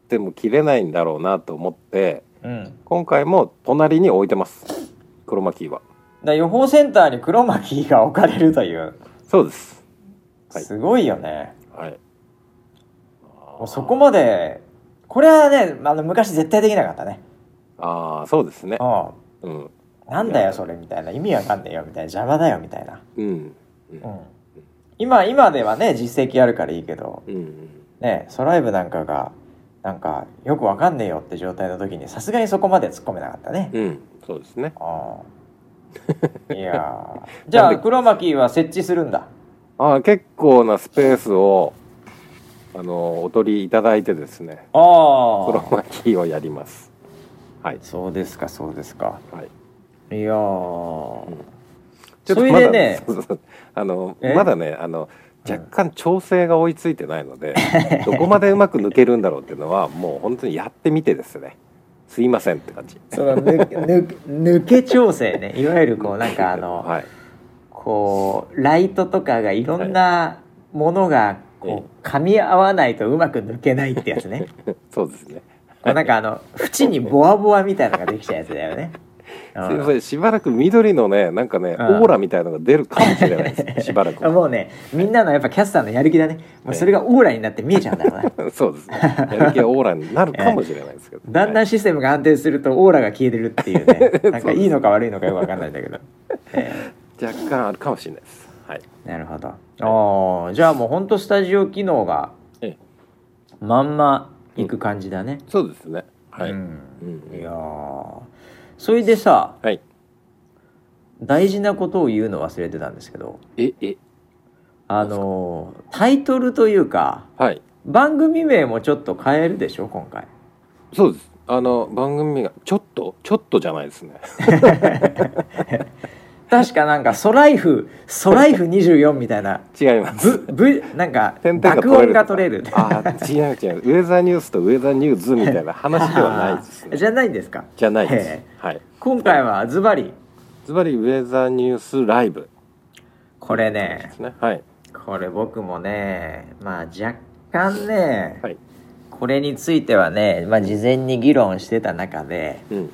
Speaker 2: ても切れないんだろうなと思って
Speaker 1: うん
Speaker 2: 今回も隣に置いてます黒マキーは
Speaker 1: だ予報センターに黒巻が置かれるという
Speaker 2: そうですはい
Speaker 1: すごいよね、
Speaker 2: はい
Speaker 1: もうそこまでこれはねあの昔絶対できなかったね
Speaker 2: ああそうですね
Speaker 1: う
Speaker 2: うん
Speaker 1: んなんだよそれみたいな意味わかんねえよみたいな邪魔だよみたいな、
Speaker 2: うん
Speaker 1: うん、今今ではね実績あるからいいけど
Speaker 2: うんうん
Speaker 1: ねソライブなんかがなんかよくわかんねえよって状態の時にさすがにそこまで突っ込めなかったね、
Speaker 2: うんそうですね
Speaker 1: あ あいやーじゃ
Speaker 2: なん
Speaker 1: あ
Speaker 2: で
Speaker 1: 黒巻は設置するんだ
Speaker 2: ああ結構なスペースをあのお取りいただいてですね
Speaker 1: あ
Speaker 2: 黒
Speaker 1: あ
Speaker 2: マキーをやりますはい
Speaker 1: そうですかそうですか
Speaker 2: はい
Speaker 1: いやー
Speaker 2: ちょっと
Speaker 1: それ
Speaker 2: ま
Speaker 1: で
Speaker 2: だ
Speaker 1: ね
Speaker 2: そうそう あの
Speaker 1: え
Speaker 2: まだねあ
Speaker 1: う
Speaker 2: の
Speaker 1: ん
Speaker 2: 若干調整が追いついてな いので、どこまでうまく抜けるんだろうっていうのはもう本当にやってみてですねすいませんって感じ
Speaker 1: そのぬぬ抜け調整ねいわゆるこうなんかあの、
Speaker 2: はい
Speaker 1: こうライトとかがいろんなものがこう噛み合わないとうまく抜けないってやつ ね
Speaker 2: そうですね
Speaker 1: こうなんかあの縁にボワボワみたいなのができちゃうやつだよ ね、う
Speaker 2: すい
Speaker 1: ん
Speaker 2: ませんしばらく緑のねなんかね、
Speaker 1: うん
Speaker 2: オーラみたいなのが出るかもしれな いですしばらく
Speaker 1: あもうねみんなのやっぱキャスターのやる気だねもうそれがオーラになって見えちゃ うんだろうな
Speaker 2: そうですねやる気はオーラになるかもしれないですけど、
Speaker 1: だんだ
Speaker 2: はい
Speaker 1: んシステムが安定するとオーラが消えてるっていう ねなんかいいのか悪いのかよくわかんないんだけど、え
Speaker 2: 若干あるかもしれないですはい
Speaker 1: えなるほどあーじゃあもうほんとスタジオ機能が
Speaker 2: ええ
Speaker 1: まんまいく感じだね、
Speaker 2: そうですねはい、
Speaker 1: うん
Speaker 2: うん
Speaker 1: いやーそれでさ
Speaker 2: はい
Speaker 1: 大事なことを言うの忘れてたんですけど
Speaker 2: ええ
Speaker 1: あのータイトルというか
Speaker 2: はい
Speaker 1: 番組名もちょっと変えるでしょ今回
Speaker 2: そうですあの番組がちょっとちょっとじゃないですね
Speaker 1: 確かなんか「ソライフ」「ソライフ24」みたいな
Speaker 2: 違います
Speaker 1: ぶぶなんか
Speaker 2: 点々が
Speaker 1: 爆音が取れる
Speaker 2: とかあー違う違うウェザーニュースとウェザーニューズみたいな話ではないです ね
Speaker 1: じゃないんですか
Speaker 2: じゃないです、
Speaker 1: え
Speaker 2: はい
Speaker 1: 今回はズバリ
Speaker 2: ズバリウェザーニュースライブ
Speaker 1: これ
Speaker 2: で
Speaker 1: ね
Speaker 2: すねはい
Speaker 1: これ僕もねまあ若干ね、
Speaker 2: はい
Speaker 1: これについてはね、まあ、事前に議論してた中で
Speaker 2: うん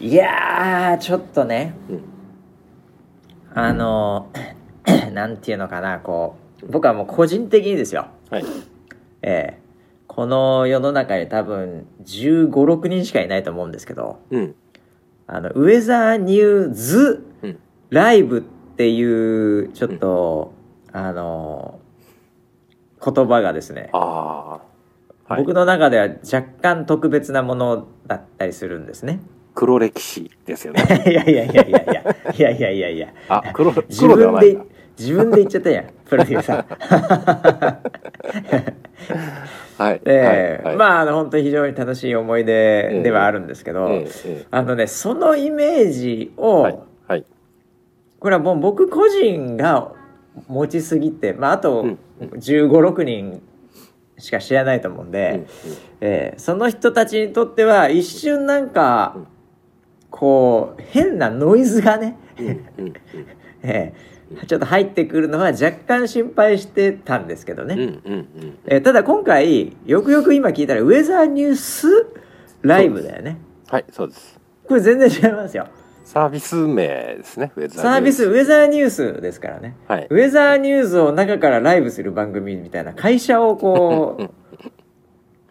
Speaker 1: いやーちょっとね
Speaker 2: うん
Speaker 1: あの なんていうのかなこう僕はもう個人的にですよ
Speaker 2: はい
Speaker 1: ええこの世の中に多分1 5六6人しかいないと思うんですけど
Speaker 2: うん
Speaker 1: あのウェザーニューズ
Speaker 2: うん
Speaker 1: ライブっていうちょっと、あの言葉がですね、
Speaker 2: ああはい
Speaker 1: 僕の中では若干特別なものだったりするんですね。
Speaker 2: 黒歴史ですよね
Speaker 1: いやいやいやいやいやいやいやいやいや
Speaker 2: あ黒
Speaker 1: 自
Speaker 2: 黒では
Speaker 1: 分
Speaker 2: ない
Speaker 1: で
Speaker 2: な
Speaker 1: 自分で言っちゃった やんプロデューサー。
Speaker 2: はい
Speaker 1: ええ
Speaker 2: はいはい
Speaker 1: まああの本当に非常に楽しい思い出ではあるんですけど、
Speaker 2: ええええ
Speaker 1: あのねそのイメージを、
Speaker 2: はいはい
Speaker 1: これはもう僕個人が持ちすぎて、まあ、あと
Speaker 2: うん
Speaker 1: 1 5 6人しか知らないと思うんで、
Speaker 2: うんうん
Speaker 1: えーその人たちにとっては一瞬なんか
Speaker 2: うん
Speaker 1: こう変なノイズがね、
Speaker 2: うんうん
Speaker 1: えーちょっと入ってくるのは若干心配してたんですけどね、
Speaker 2: うんうんうん
Speaker 1: えーただ今回よくよく今聞いたらウェザーニュースライブだよね
Speaker 2: はいそうです
Speaker 1: これ全然違いますよ
Speaker 2: サービス名ですねウェザーニュース
Speaker 1: サービスウェザーニュースですからね
Speaker 2: はい
Speaker 1: ウェザーニュースを中からライブする番組みたいな会社を こ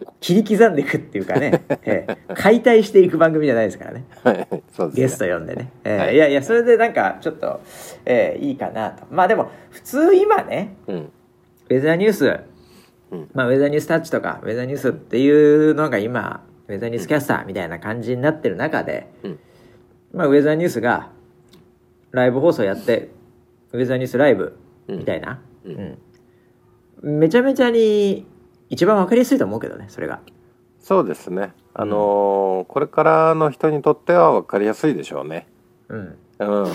Speaker 1: う切り刻んでいくっていうかね、ええ解体していく番組じゃないですからね
Speaker 2: はいそう
Speaker 1: ゲ
Speaker 2: で
Speaker 1: ス
Speaker 2: すね
Speaker 1: ト呼んでね、ええ
Speaker 2: はい
Speaker 1: い、やいやそれでなんかちょっと、ええいいかなとまあでも普通今ね
Speaker 2: うん
Speaker 1: ウェザーニュース、
Speaker 2: うん
Speaker 1: まあ、ウェザーニュースタッチとかウェザーニュースっていうのが今ウェザーニュースキャスターみたいな感じになってる中で、
Speaker 2: うん
Speaker 1: まあ、ウェザーニュースがライブ放送やってウェザーニュースライブみたいな、
Speaker 2: うん
Speaker 1: うんめちゃめちゃに一番わかりやすいと思うけどねそれが
Speaker 2: そうですねあのーこれからの人にとっては分かりやすいでしょうね
Speaker 1: うん
Speaker 2: うんうんうん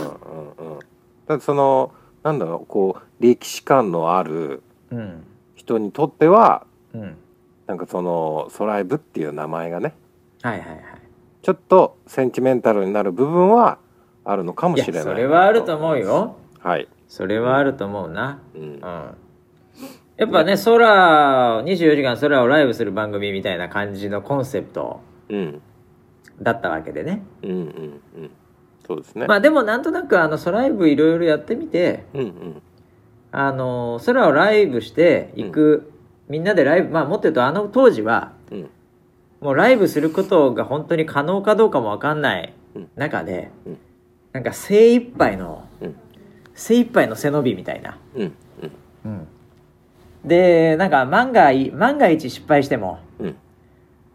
Speaker 2: だってそのなんだろうこう歴史観のある
Speaker 1: うん
Speaker 2: 人にとっては
Speaker 1: うん
Speaker 2: なんかそのソライブっていう名前がね
Speaker 1: はいはいはい
Speaker 2: ちょっとセンチメンタルになる部分はあるのかも
Speaker 1: い
Speaker 2: しれない
Speaker 1: やそれはあると思うよ
Speaker 2: はい、
Speaker 1: それはあると思うな
Speaker 2: うん
Speaker 1: うんやっぱね空を24時間空をライブする番組みたいな感じのコンセプト
Speaker 2: うん
Speaker 1: だったわけでね
Speaker 2: うんうんうんそうですね、
Speaker 1: まあでもなんとなくあのソライブいろいろやってみて
Speaker 2: うんうん
Speaker 1: あの空をライブして行く、みんなでライブまあもっと言うとあの当時は
Speaker 2: うん
Speaker 1: もうライブすることが本当に可能かどうかも分かんない
Speaker 2: うん
Speaker 1: 中で、
Speaker 2: うん
Speaker 1: なんか精一杯の、
Speaker 2: うん
Speaker 1: 精一杯の背伸びみたいな、
Speaker 2: うんうん
Speaker 1: でなんか万が一万が一失敗しても
Speaker 2: うん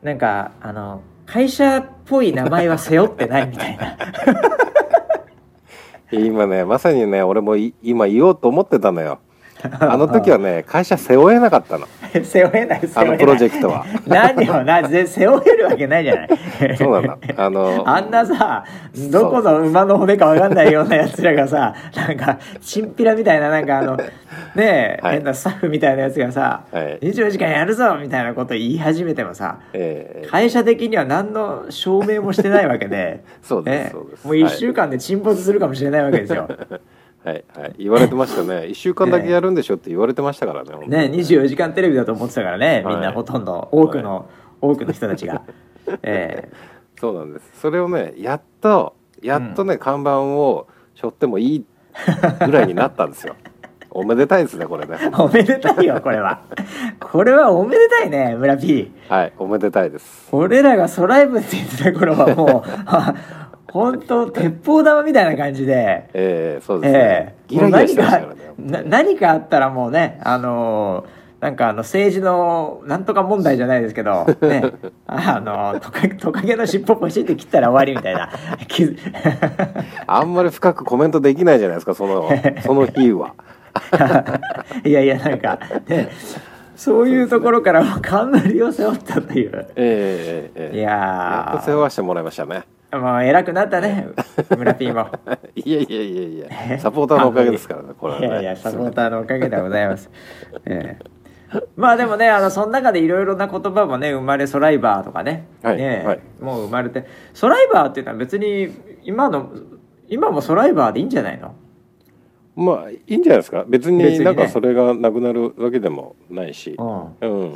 Speaker 1: なんかあの会社っぽい名前は背負ってないみたいな
Speaker 2: 今ねまさにね俺もい今言おうと思ってた のよ あの時はね会社背負えなかったの
Speaker 1: 背負えない背負えない
Speaker 2: あのプロジェクトは
Speaker 1: 何をなぜ背負えるわけないじゃない
Speaker 2: そうなんだあの
Speaker 1: あんなさどこの馬の骨かわかんないようなやつらがさなんかチンピラみたいななんかあ のねえ、
Speaker 2: はい
Speaker 1: 変なスタッフみたいなやつがさ
Speaker 2: はい
Speaker 1: 24時間やるぞみたいなこと言い始めてもさ
Speaker 2: えー
Speaker 1: 会社的には何の証明もしてないわけで
Speaker 2: そうで
Speaker 1: ね
Speaker 2: すそうです
Speaker 1: もう1週間で沈没するかもしれないわけですよ。
Speaker 2: はいはい言われてましたね1 週間だけやるんでしょって言われてましたからね本当
Speaker 1: ね、24時間テレビだと思ってたからね、
Speaker 2: はい
Speaker 1: みんなほとんど多くの、多くの人たちが、え
Speaker 2: そうなんですそれをねやっとやっとね、看板を背負ってもいいぐらいになったんで すよおめでたいですねこれね
Speaker 1: えおめでたいよこれはこれはおめでたいね村 P
Speaker 2: はいおめでたいです
Speaker 1: 俺らがソライブって言ってた頃はもう 本当鉄砲玉みたいな感じで、
Speaker 2: えー、そうですね
Speaker 1: え、え
Speaker 2: ギラギラしてましたか
Speaker 1: もう
Speaker 2: らね
Speaker 1: 何かな何かあったらもうねあのーなんかあの政治のなんとか問題じゃないですけ ど、ね、あのートカトカゲの尻尾ポシって切ったら終わりみたいな き
Speaker 2: あんまり深くコメントできないじゃないですか そのその日は
Speaker 1: いやいやなんかねそういうところからも冠を背負ったという
Speaker 2: えええ
Speaker 1: い
Speaker 2: えええやっ
Speaker 1: や
Speaker 2: と背負わせてもらいましたね
Speaker 1: ーもう偉くなったね村 P も
Speaker 2: いやいやいやいやサポーターのおかげですからねこれはね
Speaker 1: いやいやサポーターのおかげでございます、 ええまあでもねあのその中でいろいろな言葉もね生まれソライバーとかね,、
Speaker 2: はい
Speaker 1: ねえ
Speaker 2: はい
Speaker 1: もう生まれてソライバーっていうのは別に今の今もソライバーでいいんじゃないの
Speaker 2: まあいいんじゃないですか別
Speaker 1: 別に
Speaker 2: に
Speaker 1: ね
Speaker 2: なんかそれがなくなるわけでもないし、
Speaker 1: う
Speaker 2: うんうんうん、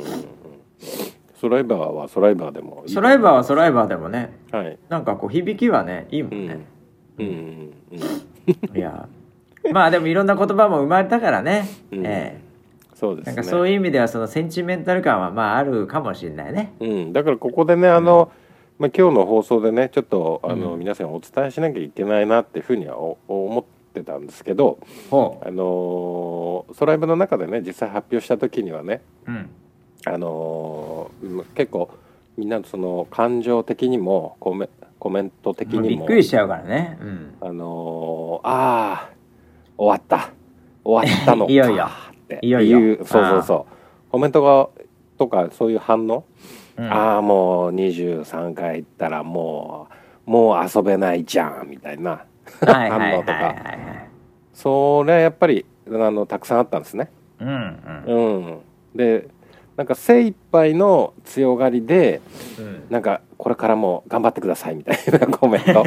Speaker 2: ソライバーはソライバーでもいい
Speaker 1: んソライバーはソライバーでもね
Speaker 2: はい
Speaker 1: なんかこう響きはねいいも
Speaker 2: うんん
Speaker 1: ね、
Speaker 2: うんうんうん
Speaker 1: いやまあでもいろんな言葉も生まれたからね、
Speaker 2: うん
Speaker 1: ええ
Speaker 2: そうです
Speaker 1: な
Speaker 2: ね
Speaker 1: んかそういう意味ではそのセンチメンタル感はまああるかもしれないね
Speaker 2: うん、だからここでねあの、まあ、今日の放送でねちょっとあの、皆さんにお伝えしなきゃいけないなっていうふうにはおお思ってたんですけど、
Speaker 1: ほ
Speaker 2: あのーソライブの中でね実際発表した時にはね、
Speaker 1: う、うん、
Speaker 2: あのーうん結構みんなその感情的にもコメコメント的
Speaker 1: もう
Speaker 2: に
Speaker 1: び
Speaker 2: も
Speaker 1: っくりしちゃうからねうん
Speaker 2: あのーああ終わった終わったのか
Speaker 1: いよいよ
Speaker 2: って
Speaker 1: いよいよ
Speaker 2: うそうそうそうコメントがとかそういう反応、
Speaker 1: うん
Speaker 2: ああもう23回行ったらもうもう遊べないじゃんみたいな
Speaker 1: はいはいはい
Speaker 2: 反応と
Speaker 1: はいは
Speaker 2: か
Speaker 1: い。
Speaker 2: それはやっぱりあのたくさんあったんですね。
Speaker 1: うんうん
Speaker 2: うん、でなんか精一杯の強がりで
Speaker 1: うん。
Speaker 2: なんかこれからも頑張ってくださいみたいなコメン ト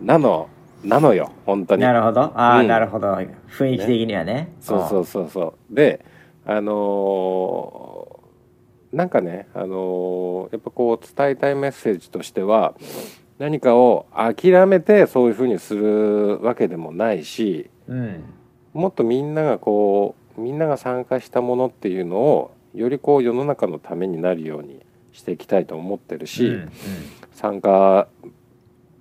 Speaker 2: なのなのよ本当に
Speaker 1: なるほど。ああ、
Speaker 2: うん
Speaker 1: なるほど。雰囲気的にはね。
Speaker 2: そうそううそうそうであのーなんかね、あのーやっぱこう伝えたいメッセージとしては何かを諦めてそういうふうにするわけでもないし
Speaker 1: ん。うん。
Speaker 2: もっとみんながこうみんなが参加したものっていうのをよりこう世の中のためになるようにしていきたいと思ってるし、
Speaker 1: うんうん
Speaker 2: 参加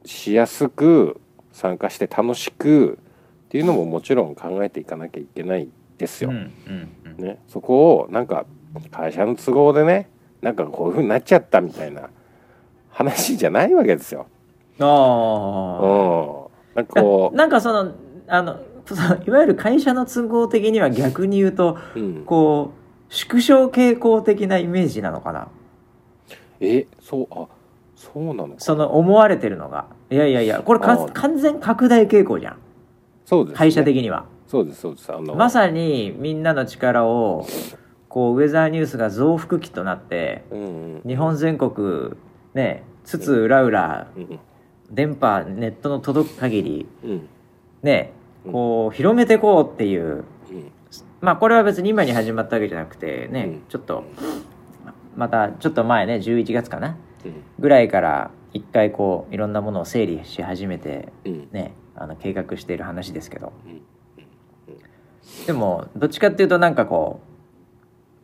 Speaker 2: しやすく参加して楽しくっていうのももちろん考えていかなきゃいけないです
Speaker 1: うん
Speaker 2: よ。
Speaker 1: うん
Speaker 2: ね、そこをなんか会社の都合でねなんかこういうふうになっちゃったみたいな話じゃないわけですよ。う
Speaker 1: あ
Speaker 2: ん、なんか
Speaker 1: あ。
Speaker 2: こ
Speaker 1: ななんかその、あの、そのいわゆる会社の都合的には逆に言うと、
Speaker 2: う、うん、
Speaker 1: こう、縮小傾向的なイメージなのかな。
Speaker 2: えそうあそうなのか
Speaker 1: その思われてるのが。いやいやいや、これか
Speaker 2: あー
Speaker 1: 完全拡大傾向じゃん。
Speaker 2: そうです、ね、
Speaker 1: 会社的には。
Speaker 2: そうですそうですあの
Speaker 1: まさにみんなの力をこうウェザーニュースが増幅期となって
Speaker 2: に、うんうん
Speaker 1: 日本全国ねつつ裏裏
Speaker 2: うん
Speaker 1: 電波ネットの届く限り
Speaker 2: うん
Speaker 1: ねこう広めてこうっていう
Speaker 2: うん
Speaker 1: まあこれは別に今に始まったわけじゃなくてね、
Speaker 2: うん
Speaker 1: ちょっとまたちょっと前ね11月かな
Speaker 2: うん
Speaker 1: ぐらいから一回こういろんなものを整理し始めて
Speaker 2: うん
Speaker 1: ねあの計画している話ですけど
Speaker 2: うん
Speaker 1: でもどっちかっていうとなんかこ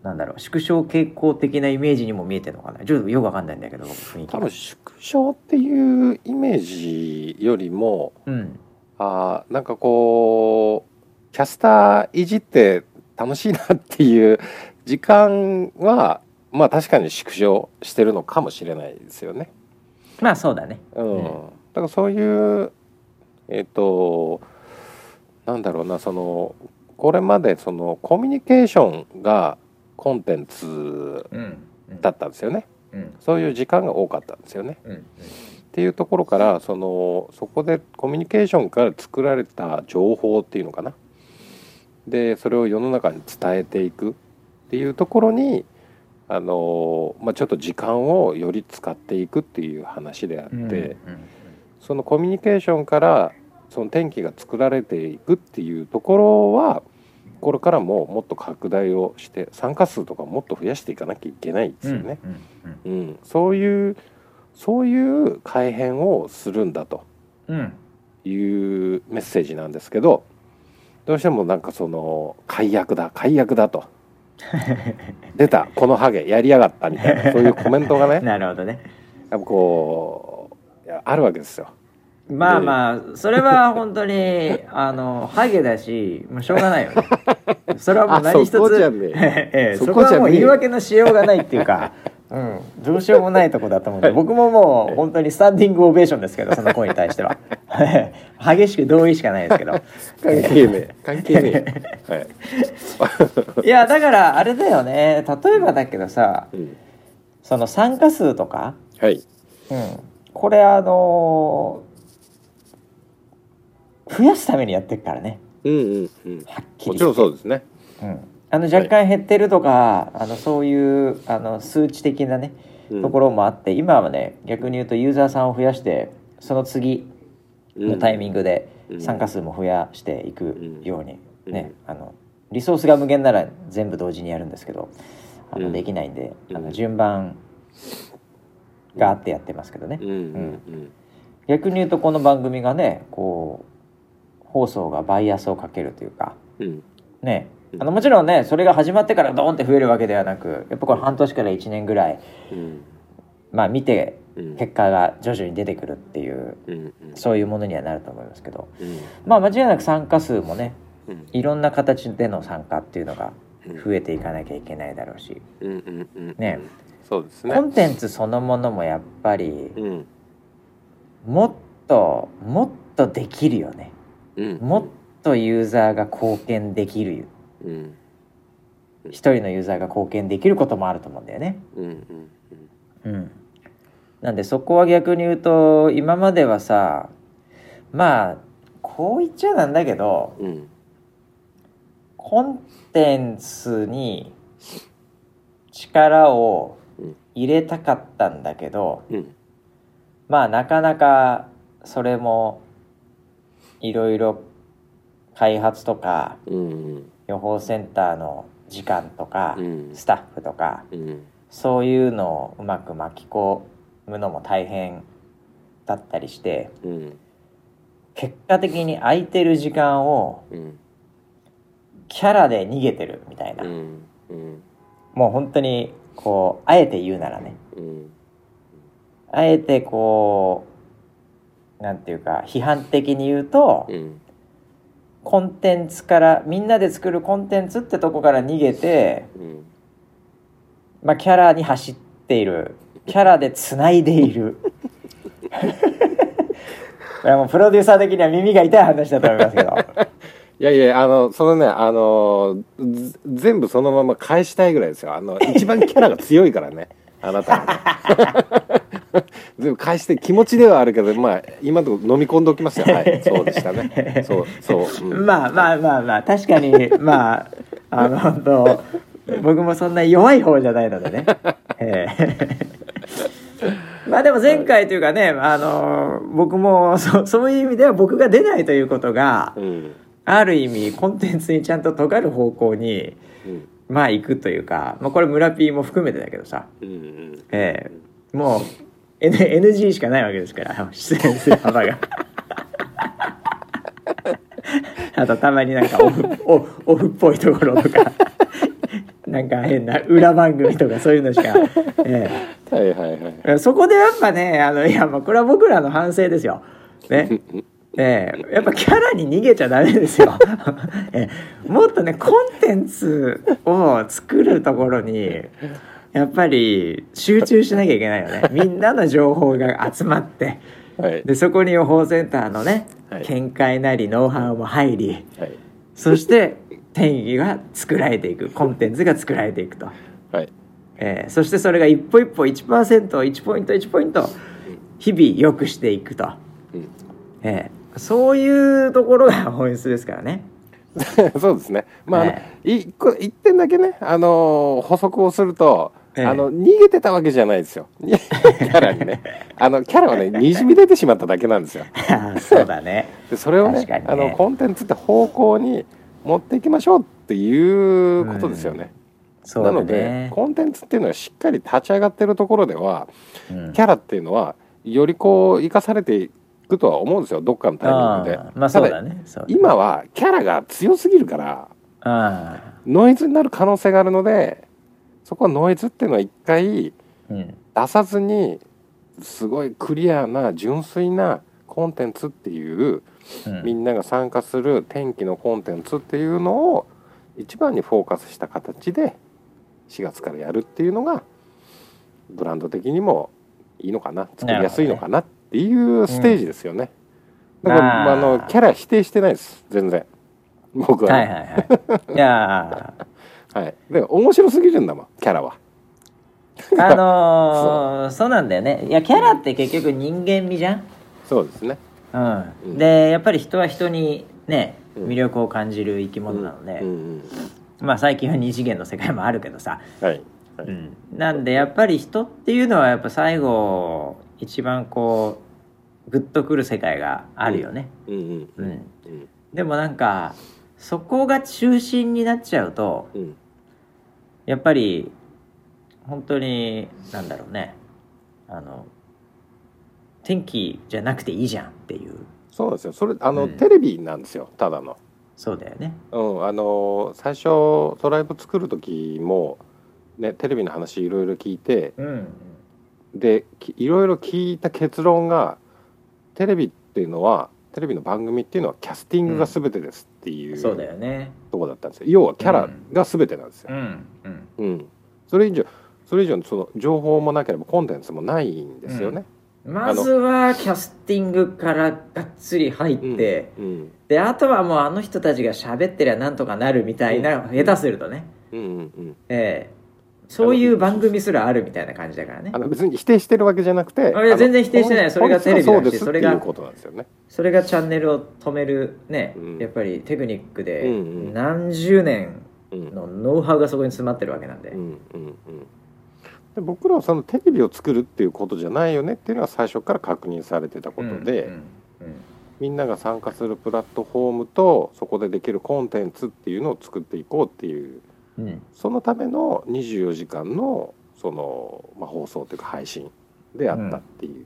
Speaker 1: うなんだろう縮小傾向的なイメージにも見えてるのかなちょっとよくわかんないんだけど僕雰囲気
Speaker 2: 多
Speaker 1: が
Speaker 2: 分縮小っていうイメージよりも
Speaker 1: うん
Speaker 2: あーなんかこうキャスターいじって楽しいなっていう時間は まあ確かに縮小してるのかもしれないですよね。
Speaker 1: まあそうだね
Speaker 2: う
Speaker 1: う
Speaker 2: ん
Speaker 1: ん
Speaker 2: だからそういうえっ、となんだろうなそのこれまでそのコミュニケーションがコンテンツ
Speaker 1: うん
Speaker 2: だったんですよね
Speaker 1: うん
Speaker 2: そういう時間が多かったんですよね。
Speaker 1: うん
Speaker 2: っていうところからそのそこでコミュニケーションから作られた情報っていうのかなでそれを世の中に伝えていくっていうところにあの、まあ、ちょっと時間をより使っていくっていう話であって、
Speaker 1: うん
Speaker 2: そのコミュニケーションからその天気が作られていくっていうところはこれからももっと拡大をして参加数とかもっと増やしていかなきゃいけないですよね。
Speaker 1: うんうん
Speaker 2: うん、そういうそういう改変をするんだと
Speaker 1: うんうん
Speaker 2: いうメッセージなんですけどどうしてもなんかその解約だ解約だ と出たこのハゲやりやがったみたい なそういうコメントがね
Speaker 1: なるほどね
Speaker 2: やっぱこういやあるわけですよ。
Speaker 1: まあまあそれは本当にあのハゲだしもうしょうがない よねそれはもう何一
Speaker 2: あそこじゃ
Speaker 1: つ
Speaker 2: ね
Speaker 1: ええ
Speaker 2: そ
Speaker 1: そ
Speaker 2: こ
Speaker 1: こは
Speaker 2: じゃねえ
Speaker 1: もう言い訳のしようがないっていう か、うん、どうしようもないとこだと思うんで僕ももう本当にスタンディングオベーションですけ どその声に対しては激しく同意しかないですけ ど
Speaker 2: 関係ねえ関係ねえ、 はい
Speaker 1: いやだからあれだよね例えばだけどさ
Speaker 2: うん
Speaker 1: その参加数とか、
Speaker 2: はい
Speaker 1: うん、これあの増やすためにやってるからね
Speaker 2: うんうんうん
Speaker 1: はっきり
Speaker 2: もちろんそうですね
Speaker 1: うんあの若干減ってるとか、あのそういうあの数値的なね
Speaker 2: うん
Speaker 1: ところもあって、今はね逆に言うとユーザーさんを増やしてその次のタイミングで
Speaker 2: うん
Speaker 1: 参加数も増やしていくように、
Speaker 2: うん
Speaker 1: ねあのリソースが無限なら全部同時にやるんですけどあ
Speaker 2: う
Speaker 1: の
Speaker 2: ん
Speaker 1: できないんで、あ
Speaker 2: うん
Speaker 1: の順番があってやってますけどね、
Speaker 2: うんうんうん
Speaker 1: 逆に言うとこの番組がねこう放送がバイアスをかけるというか。
Speaker 2: うん
Speaker 1: ね
Speaker 2: うん
Speaker 1: あのもちろんねそれが始まってからドーンって増えるわけではなくやっぱこれ半年から1年ぐらい、
Speaker 2: うん
Speaker 1: まあ、見て
Speaker 2: うん
Speaker 1: 結果が徐々に出てくるっていう
Speaker 2: うんうん
Speaker 1: そういうものにはなると思いますけど、
Speaker 2: うん
Speaker 1: まあ、間違いなく参加数もね
Speaker 2: うん
Speaker 1: いろんな形での参加っていうのが増えていかなきゃいけないだろうし
Speaker 2: うんうんうん
Speaker 1: ね
Speaker 2: そうですね
Speaker 1: コンテンツそのものもやっぱり
Speaker 2: うん
Speaker 1: もっともっとできるよね
Speaker 2: うん
Speaker 1: もっとユーザーが貢献できる
Speaker 2: うん
Speaker 1: 一人のユーザーが貢献できることもあると思うんだよね。
Speaker 2: うんうんうん
Speaker 1: うん、なんでそこは逆に言うと今まではさまあこう言っちゃなんだけど
Speaker 2: うん
Speaker 1: コンテンツに力を入れたかったんだけど
Speaker 2: うん
Speaker 1: まあなかなかそれもいろいろ開発とか
Speaker 2: うん
Speaker 1: 予報センターの時間とか
Speaker 2: うん
Speaker 1: スタッフとか
Speaker 2: うん
Speaker 1: そういうのをうまく巻き込むのも大変だったりして
Speaker 2: うん
Speaker 1: 結果的に空いてる時間を
Speaker 2: うん
Speaker 1: キャラで逃げてるみたいな、
Speaker 2: うんうん
Speaker 1: もう本当にこうあえて言うならね
Speaker 2: うん
Speaker 1: あえてこうなんていうか批判的に言うと、
Speaker 2: うん
Speaker 1: コンテンツからみんなで作るコンテンツってとこから逃げて、
Speaker 2: うん
Speaker 1: まあ、キャラに走っているキャラでつないでいる いやもうプロデューサー的には耳が痛い話だと思いますけど
Speaker 2: いやいやあのそのねあのず全部そのまま返したいぐらいですよあの一番キャラが強いからねあなたはね全部返して気持ちではあるけどまあ今のところ飲み込んでおきますよはいそうでしたねそうそう、うん
Speaker 1: まあまあまあまあ確かに まああの本当僕もそんな弱い方じゃないので ね、え えまあでも前回というかねあの僕もそそういう意味では僕が出ないということが
Speaker 2: うん
Speaker 1: ある意味コンテンツにちゃんと尖る方向に
Speaker 2: うん
Speaker 1: まあ行くというか、まあ、これ村 P も含めてだけどさ、
Speaker 2: うんうん
Speaker 1: ええもう N- NG しかないわけですから出演する幅が。 あとたまになんかオフオオフっぽいところとかなんか変な裏番組とかそういうのしか、ええ
Speaker 2: はいはいはい
Speaker 1: そこでやっぱねあのいやまあこれは僕らの反省ですよ。ねええやっぱキャラに逃げちゃダメですよ、 ええもっとねコンテンツを作るところにやっぱり集中しなきゃいけないよ ねみんなの情報が集まって
Speaker 2: はい
Speaker 1: でそこに予報センターのね
Speaker 2: はい
Speaker 1: 見解なりノウハウも入り
Speaker 2: はい
Speaker 1: そして天気が作られていくコンテンツが作られていくと。
Speaker 2: はい
Speaker 1: えーそしてそれが一歩一歩 1%1 ポイント1ポイント日々良くしていくと、
Speaker 2: うん
Speaker 1: えーそういうところが本質ですからね
Speaker 2: そうですね。まああの、
Speaker 1: え
Speaker 2: 一個一点だけね、あのー補足をすると、
Speaker 1: ええ
Speaker 2: あの逃げてたわけじゃないですよ。 キャラにね、あのキャラはね、にじみ出てしまっただけなんですよ。
Speaker 1: あーそうだね
Speaker 2: で それをね
Speaker 1: 確かにね
Speaker 2: あのコンテンツって方向に持っていきましょうっていうことですよね。
Speaker 1: そう
Speaker 2: な
Speaker 1: だ
Speaker 2: ので
Speaker 1: ね
Speaker 2: コンテンツっていうのはしっかり立ち上がってるところでは、
Speaker 1: うん
Speaker 2: キャラっていうのはよりこう生かされていくとは思うんですよ。どっかのタイミングで。
Speaker 1: あーまあそうだねそうだね
Speaker 2: 今はキャラが強すぎるから。
Speaker 1: あ
Speaker 2: ノイズになる可能性があるのでそこはノイズっていうのは一回
Speaker 1: ーうん
Speaker 2: 出さずにすごいクリアな純粋なコンテンツっていう
Speaker 1: うん
Speaker 2: みんなが参加する天気のコンテンツっていうのを一番にフォーカスした形で4月からやるっていうのがブランド的にもいいのかな作りやすいのかなっていうステージですよね。
Speaker 1: うん
Speaker 2: だから、
Speaker 1: あー
Speaker 2: あのキャラ否定してないです全然僕はね、
Speaker 1: はいはいはいいや ー
Speaker 2: はい、で面白すぎるんだもんキャラは。
Speaker 1: あのーそうなんだよねいやキャラって結局人間味じゃん
Speaker 2: そうですね。
Speaker 1: う、
Speaker 2: うんん
Speaker 1: でやっぱり人は人にね
Speaker 2: うん
Speaker 1: 魅力を感じる生き物なので、
Speaker 2: うんうん
Speaker 1: まあ最近は二次元の世界もあるけどさ、
Speaker 2: はい。はい
Speaker 1: うん、なんでやっぱり人っていうのはやっぱ最後一番こうグッとくる世界があるよね、
Speaker 2: うんうん
Speaker 1: うん
Speaker 2: うん
Speaker 1: でもなんかそこが中心になっちゃうと
Speaker 2: うん
Speaker 1: やっぱり本当になんだろうねあの天気じゃなくていいじゃんっていう
Speaker 2: そうなんですよ。それあの、
Speaker 1: うん
Speaker 2: テレビなんですよ。ただの。
Speaker 1: そうだよね
Speaker 2: うんあの最初トライブ作る時もねテレビの話いろいろ聞いて
Speaker 1: うん
Speaker 2: できいろいろ聞いた結論がテレビっていうのはテレビの番組っていうのはキャスティングが全てですっていう、
Speaker 1: そうだよね
Speaker 2: とこだったんですよ。要はキャラが全てなんですよ。
Speaker 1: うんうん
Speaker 2: うん。それ以上それ以上のその情報もなければコンテンツもないんですよね。
Speaker 1: まずはキャスティングからがっつり入って、
Speaker 2: うん。うん
Speaker 1: であとはもうあの人たちが喋ってりゃなんとかなるみたいな、下手するとね、
Speaker 2: うんうんうん。
Speaker 1: ええそういう番組すらあるみたいな感じだからね
Speaker 2: あの別に否定してるわけじゃなくて、
Speaker 1: あいや全然否定してない
Speaker 2: あの
Speaker 1: それがテレビだし
Speaker 2: 本質はそうです
Speaker 1: それ
Speaker 2: って
Speaker 1: が
Speaker 2: いうことなんですよね。
Speaker 1: それがチャンネルを止めるね、
Speaker 2: うん
Speaker 1: やっぱりテクニックで
Speaker 2: うんうん
Speaker 1: 何十年
Speaker 2: うん
Speaker 1: のノウハウがそこに詰まってるわけなんで、
Speaker 2: うんうんうん。で僕らはそのテレビを作るっていうことじゃないよねっていうのは最初から確認されてたことで、
Speaker 1: うんうん
Speaker 2: みんなが参加するプラットフォームとそこでできるコンテンツっていうのを作っていこうっていう
Speaker 1: うんうん
Speaker 2: そのための24時間のその、まあ、放送というか配信であったっていう、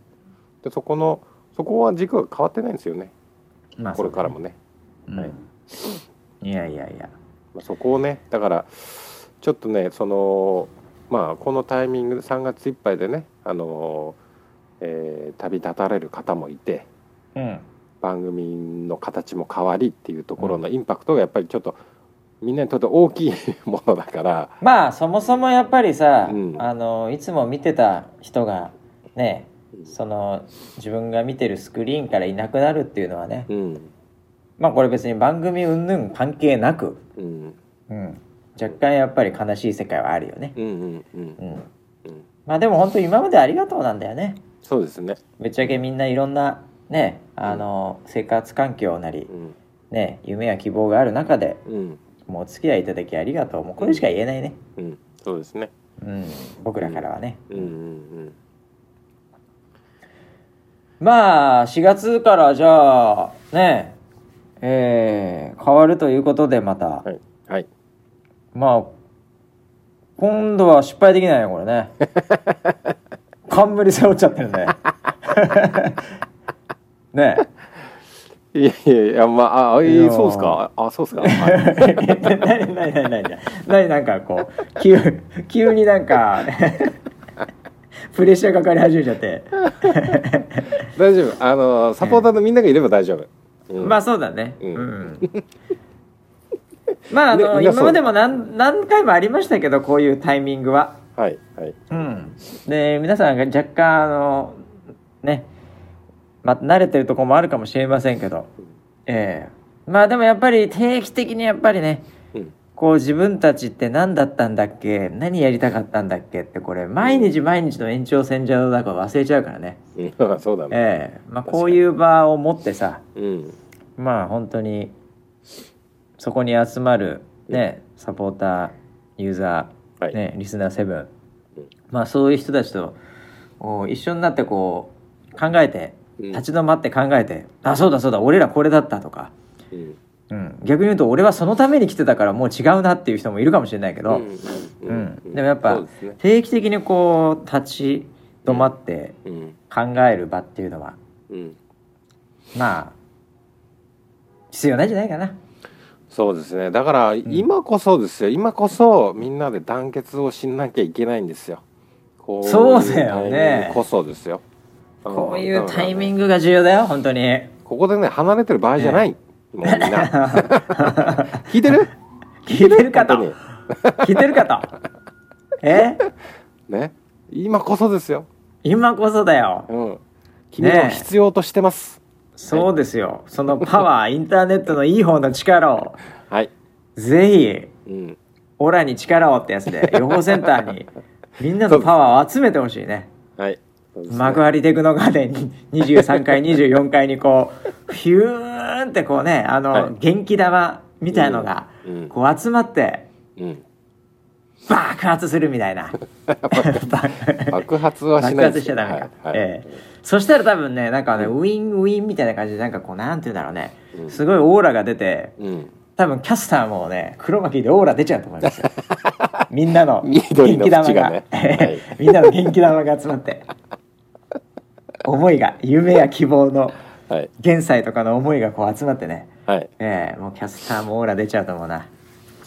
Speaker 2: でそこのそこは軸が変わってないんですよね
Speaker 1: まあ
Speaker 2: これからもね。
Speaker 1: そうだねうんいやいやいや
Speaker 2: まあ、そこをねだからちょっとねそのまあこのタイミングで3月いっぱいでねあの、えー旅立たれる方もいて
Speaker 1: うん
Speaker 2: 番組の形も変わりっていうところのインパクトがやっぱりちょっとみんなにとって大きい ものだから、
Speaker 1: まあそもそもやっぱりさ、
Speaker 2: うん
Speaker 1: あのいつも見てた人がね
Speaker 2: うん
Speaker 1: その自分が見てるスクリーンからいなくなるっていうのはね、
Speaker 2: うん
Speaker 1: まあこれ別に番組云々関係なく、
Speaker 2: うん
Speaker 1: うん、若干やっぱり悲しい世界はあるよね、
Speaker 2: うんうんうん
Speaker 1: うん、
Speaker 2: うん
Speaker 1: まあでも本当今までありがとうなんだよね
Speaker 2: そうですね、
Speaker 1: ぶっちゃけみんないろんなねあの生活環境なり
Speaker 2: うん
Speaker 1: ね夢や希望がある中で
Speaker 2: うん
Speaker 1: もうお付き合いいただきありがとうもうこれしか言えないね、
Speaker 2: うん、そうですね、
Speaker 1: うん、僕らからはね、
Speaker 2: うんうん
Speaker 1: まあ4月からじゃあねええー変わるということでまた、
Speaker 2: はいはい
Speaker 1: まあ今度は失敗できないねこれね冠背負っちゃってるねねえ
Speaker 2: いやいやいやまああえ
Speaker 1: いや
Speaker 2: ー
Speaker 1: ー
Speaker 2: そうですかあそうですか、はい
Speaker 1: 何何何何何なんかこう急急になんかプレッシャーかかり始めちゃって
Speaker 2: 大丈夫あのサポーターのみんながいれば大丈夫、うん
Speaker 1: まあそうだねう、
Speaker 2: うんん
Speaker 1: まああの
Speaker 2: ねみんなそう
Speaker 1: 今までも何何回もありましたけどこういうタイミングは
Speaker 2: はいはい
Speaker 1: うんで皆さんが若干あのねまあ慣れてるとこもあるかもしれませんけどええまあでもやっぱり定期的にやっぱりね
Speaker 2: うん
Speaker 1: こう自分たちって何だったんだっけ何やりたかったんだっけってこれ毎日毎日の延長線上だから忘れちゃうからね、
Speaker 2: うん そうだね、
Speaker 1: ええまあ、こういう場を持ってさ
Speaker 2: うん
Speaker 1: まあ本当にそこに集まるねサポーターユーザ
Speaker 2: は
Speaker 1: ー、
Speaker 2: い、
Speaker 1: ねリスナーセブン
Speaker 2: うん
Speaker 1: まあそういう人たちとお一緒になってこう考えて
Speaker 2: うん
Speaker 1: 立ち止まって考えて、あそうだそうだ俺らこれだったとか、
Speaker 2: うん
Speaker 1: うん、逆に言うと俺はそのために来てたからもう違うなっていう人もいるかもしれないけど、
Speaker 2: うん
Speaker 1: うんでもやっぱ
Speaker 2: そうですね
Speaker 1: 定期的にこう立ち止まって
Speaker 2: うん
Speaker 1: 考える場っていうのは、
Speaker 2: うん
Speaker 1: まあ必要ないんじゃないかな。
Speaker 2: そうですねだから今こそですよ、今こそみんなで団結をしなきゃいけないんですよこい
Speaker 1: そうだよね
Speaker 2: タイミングこそですよ
Speaker 1: こういうタイミ
Speaker 2: グ
Speaker 1: ングが重要だよ本当に。
Speaker 2: ここでね離れてる場合じゃない、もうみん な聞いてる
Speaker 1: 聞いてるかと
Speaker 2: 本
Speaker 1: 聞いてるか とえ
Speaker 2: ね今こそですよ、
Speaker 1: 今こそだよ。
Speaker 2: うん、君を必要としてます、
Speaker 1: そうですよ。そのパワーインターネットのいい方の力を
Speaker 2: はい、
Speaker 1: ぜひ
Speaker 2: うん、
Speaker 1: オラに力をってやつで予報センター にみんなのパワーを集めてほしいね。
Speaker 2: はいそうですね
Speaker 1: 幕張テクノガーデンに23階24階にこうヒューンってこうねあの、
Speaker 2: はい
Speaker 1: 元気玉みたいのが
Speaker 2: うん
Speaker 1: こう集まって
Speaker 2: うん、
Speaker 1: 爆発するみたい な
Speaker 2: 爆発はし
Speaker 1: 爆
Speaker 2: ない
Speaker 1: 発
Speaker 2: です
Speaker 1: しちゃダメか、
Speaker 2: はいはい
Speaker 1: ええそしたら多分ねなんかね、ウィンウィンみたいな感じでなんかこうなんて言うんだろうね、
Speaker 2: うん
Speaker 1: すごいオーラが出て
Speaker 2: うん
Speaker 1: 多分キャスターもね黒巻きでオーラ出ちゃうと思います よみんなの元
Speaker 2: 緑の
Speaker 1: 気玉
Speaker 2: 縁
Speaker 1: が
Speaker 2: がね
Speaker 1: みんなの元気玉が集まって思いが夢や希望の
Speaker 2: はい
Speaker 1: 現在とかの思いがこう集まってね、
Speaker 2: はい
Speaker 1: ええもうキャスターもオーラ出ちゃうと思うな、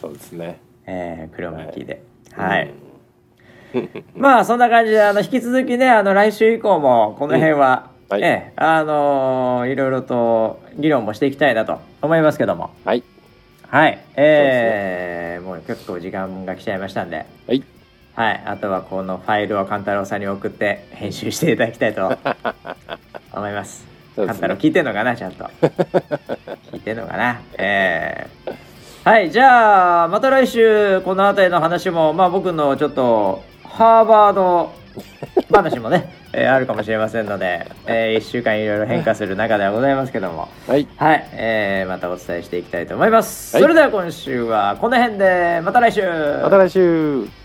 Speaker 2: そうですね
Speaker 1: ええ黒巻きではい、まあそんな感じであの引き続きねあの来週以降もこの辺は、
Speaker 2: うんはい
Speaker 1: ええあのーいろいろと議論もしていきたいなと思いますけども
Speaker 2: はい
Speaker 1: はいええもう結構時間が来ちゃいましたんで
Speaker 2: はい
Speaker 1: はいあとはこのファイルを勘太郎さんに送って編集していただきたいと思います
Speaker 2: そう
Speaker 1: カ
Speaker 2: で
Speaker 1: ン
Speaker 2: す
Speaker 1: タロ
Speaker 2: ね
Speaker 1: ウ聞いてんのかなちゃんと聞いてんのかなええはいじゃあまた来週この辺りの話もまあ僕のちょっとハーバード話もね、えーあるかもしれませんので、え1週間いろいろ変化する中ではございますけども
Speaker 2: はい
Speaker 1: はい、えーまたお伝えしていきたいと思います、
Speaker 2: はい
Speaker 1: それでは今週はこの辺でまた来週
Speaker 2: また来週